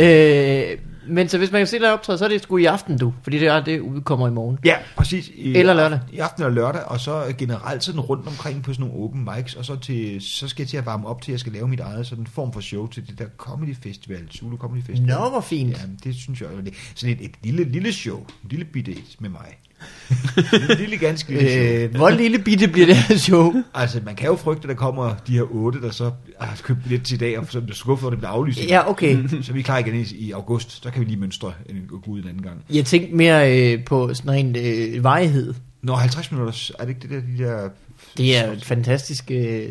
Speaker 2: øh, men så hvis man kan se dig optræde, så er det sgu i aften, du. Fordi det, er, det udkommer i morgen.
Speaker 1: Ja, præcis. I,
Speaker 2: Eller lørdag.
Speaker 1: I aften og lørdag, og så generelt sådan rundt omkring på sådan nogle open mics, og så, til, så skal jeg til at varme op til, at jeg skal lave mit eget sådan form for show til det der comedy festival, Zulu Comedy Festival.
Speaker 2: Nå, hvor fint.
Speaker 1: Ja, men det synes jeg også. Det er Sådan et, et lille, lille show. En lille bitte et med mig. en lille, ganske lille show.
Speaker 2: Øh, hvor lille bitte bliver det her show?
Speaker 1: Altså, man kan jo frygte, at der kommer de her otte, der så har købt lidt til i dag, og så bliver skuffet, og det bliver aflyst.
Speaker 2: Ja, okay.
Speaker 1: Så vi er klar igen i, i august. Så kan vi lige mønstre en gå ud en anden gang.
Speaker 2: Jeg tænkte mere øh, på sådan en øh, varighed.
Speaker 1: Nå, 50 minutter, er det ikke det der, de der...
Speaker 2: Det er en fantastisk øh,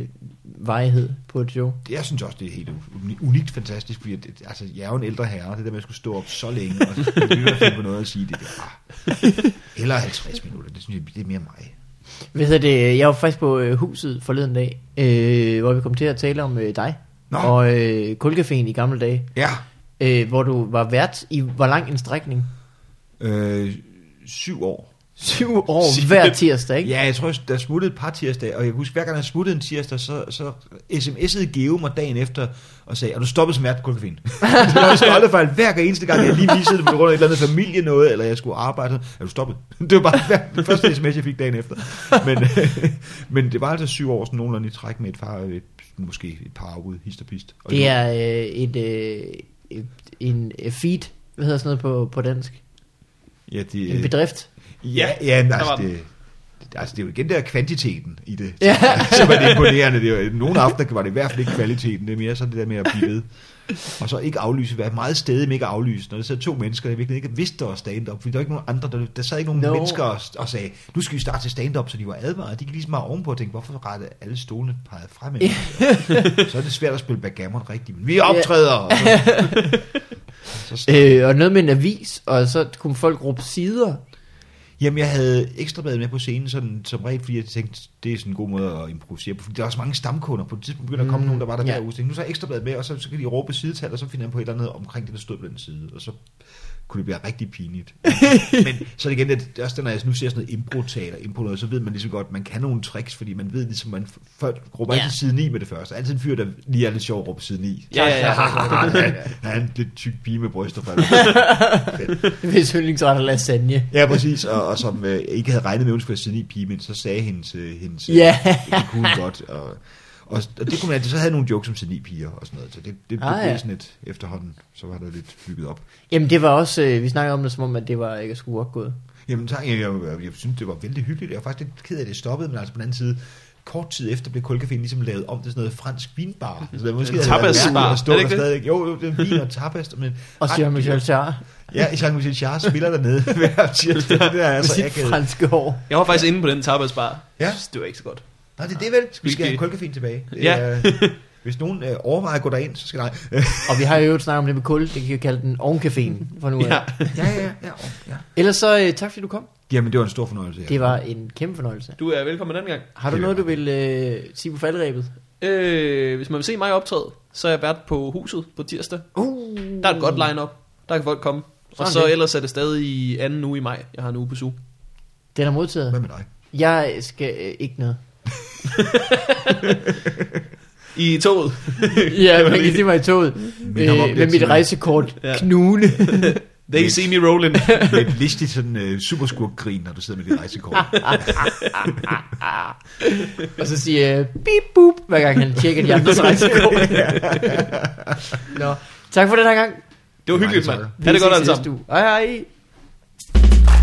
Speaker 2: varighed på et show.
Speaker 1: Jeg synes også, det er helt uni- unikt fantastisk, fordi at, altså, jeg er jo en ældre herre, det der med at skulle stå op så længe, og så skulle jeg lige finde på noget at sige det der. Eller 50 minutter, det synes jeg, det er mere mig.
Speaker 2: Hvad hedder det? Jeg var faktisk på øh, huset forleden dag, øh, hvor vi kom til at tale om øh, dig.
Speaker 1: Nå.
Speaker 2: Og øh, kulcaféen i gamle dage,
Speaker 1: Ja,
Speaker 2: øh, hvor du var vært i hvor lang en strækning?
Speaker 1: øh, syv år.
Speaker 2: Syv år Shit. hver tirsdag, ikke?
Speaker 1: Ja, jeg tror, der smuttede et par tirsdag, og jeg kan huske, hver gang jeg smuttede en tirsdag, så, så sms'ede Geo mig dagen efter og sagde, er du stoppet smerte på koffein? det var en stoldefejl hver gang eneste gang, jeg lige visede det på grund af et eller andet familie noget, eller jeg skulle arbejde, er du stoppet? det var bare hver, den første sms, jeg fik dagen efter. Men, men det var altså syv år, sådan nogenlunde i træk med et par, et, måske et par ude, hist og pist. Og nu-
Speaker 2: Det er øh, et, øh, et, en øh, feed, hvad hedder sådan noget på, på dansk?
Speaker 1: ja, øh, det,
Speaker 2: En bedrift.
Speaker 1: Ja, ja men altså,
Speaker 3: var den.
Speaker 1: det, det- altså, det er jo igen der kvantiteten i det,
Speaker 2: Ja.
Speaker 1: ja. som er det imponerende. Det er, jo- nogle aftener var det i hvert fald ikke kvaliteten, det er mere sådan det der med at blive ved. Og så ikke aflyse, være meget stedig med ikke at aflyse, når der sidder to mennesker, der virkelig ikke vidste, der var stand-up, fordi der var ikke nogen andre, der, der sad ikke nogen
Speaker 2: Nå.
Speaker 1: no. mennesker og, og, sagde, nu skal vi starte til stand-up, så de var advaret. De gik ligesom meget ovenpå og tænkte, hvorfor rette alle stolene peget fremad? så er det svært at spille backgammon rigtigt, men vi optræder! Og så, så
Speaker 2: Øh, og noget med en avis, og så kunne folk råbe sider.
Speaker 1: Jamen, jeg havde ekstra bladet med på scenen, sådan, som regel, fordi jeg tænkte, det er sådan en god måde at improvisere på. Fordi der er også mange stamkunder. På et tidspunkt begynder der at komme
Speaker 2: Mm,
Speaker 1: mm, nogen, der var der
Speaker 2: ja.
Speaker 1: ja. hver uge. Så tænkte, Nu så er ekstra bladet med, og så, så kan de råbe sidetal, og så finder jeg på et eller andet omkring det, der stod på den side. Og så kunne det blive rigtig pinligt. Men så er det igen, at det er også det, når jeg nu ser sådan noget impro-teater, impro noget, så ved man lige så godt, man kan nogle tricks, fordi man ved ligesom, man f- folk råber
Speaker 2: Ja.
Speaker 1: altid siden i med det første. Altid en fyr, der lige er lidt sjov at råbe siden i.
Speaker 3: Ja, ja, ja.
Speaker 1: Han er en lidt tyk pige med bryster. for alt.
Speaker 2: Hvis yndlingsret er lasagne.
Speaker 1: Ja, præcis, og, og som øh, ikke havde regnet med, at hun skulle være siden i pige, men så sagde hendes, øh, hendes øh,
Speaker 2: Ja.
Speaker 1: det kunne hun godt. Og, og, og det kunne man altid, så havde jeg nogle jokes om seni piger og sådan noget, så det, det, det
Speaker 2: Ah,
Speaker 1: ah,
Speaker 2: ja.
Speaker 1: blev sådan et efterhånden, så var der lidt bygget op.
Speaker 2: Jamen det var også, øh, vi snakkede om det som om, at det var ikke at skulle opgået.
Speaker 1: Jamen tak, jeg, jeg, jeg, jeg synes, det var vældig hyggeligt, jeg var faktisk lidt ked af, at det stoppede, men altså på den anden side, kort tid efter blev Kulcaféen ligesom lavet om til sådan noget fransk vinbar. Så det måske
Speaker 3: En
Speaker 1: havde været
Speaker 3: tapasbar,
Speaker 1: mærkeligt at stå
Speaker 3: er det
Speaker 1: der
Speaker 3: ikke det?
Speaker 1: stadig. Jo, jo, det er vin og tapas, men...
Speaker 2: Og siger Michel Char
Speaker 1: Ja, Jean-Michel Jarre spiller dernede hver tirsdag. Det der er
Speaker 2: med
Speaker 1: så
Speaker 2: sit
Speaker 1: akavet.
Speaker 2: franske hår.
Speaker 3: Jeg var faktisk inde på den tapasbar.
Speaker 1: Ja.
Speaker 3: Jeg synes, det var ikke så godt.
Speaker 1: Nå, det er det vel. Vi
Speaker 3: vi
Speaker 1: skal have
Speaker 3: ikke-
Speaker 1: Kulcaféen tilbage. Det
Speaker 3: Ja.
Speaker 1: er- Hvis nogen øh, overvejer at gå derind, så skal der...
Speaker 2: Og vi har jo øvrigt snakket om det med kul, det kan vi kalde den ovencaféen for nu af.
Speaker 3: Ja.
Speaker 1: Ja, ja, ja. ja.
Speaker 2: Ellers så øh, tak fordi du kom.
Speaker 1: Jamen, det var en stor fornøjelse. Ja.
Speaker 2: Det var en kæmpe fornøjelse.
Speaker 3: Du er velkommen den gang.
Speaker 2: Har du
Speaker 1: Det er
Speaker 2: noget, du vil øh, sige på faldrebet?
Speaker 3: Øh, hvis man vil se mig optræde, så er jeg vært på huset på tirsdag.
Speaker 2: Uh,
Speaker 3: Der er et godt line-up. Der kan folk komme. Og
Speaker 2: Sådan
Speaker 3: så
Speaker 2: det.
Speaker 3: ellers er det stadig i anden uge i maj. Jeg har en uge på suge.
Speaker 2: Den er modtaget.
Speaker 1: Hvad med dig?
Speaker 2: Jeg skal øh, ikke noget.
Speaker 3: I toget.
Speaker 2: ja, man kan sige mig i toget.
Speaker 1: ham om lidt
Speaker 2: øh, med mit
Speaker 1: senere.
Speaker 2: rejsekort
Speaker 3: Ja.
Speaker 2: knugende.
Speaker 3: They see me rolling.
Speaker 1: Med et listigt sådan uh, superskurk-grin, når du sidder med dit rejsekort.
Speaker 2: og så siger jeg, beep boop, hver gang han tjekker de andres rejsekort. Nå, tak for den her gang.
Speaker 3: Det var hyggeligt,
Speaker 1: Mange
Speaker 3: mand.
Speaker 1: tak.
Speaker 3: Ha' det godt alle
Speaker 2: ses i næste
Speaker 3: sammen.
Speaker 2: uge. Hej hej.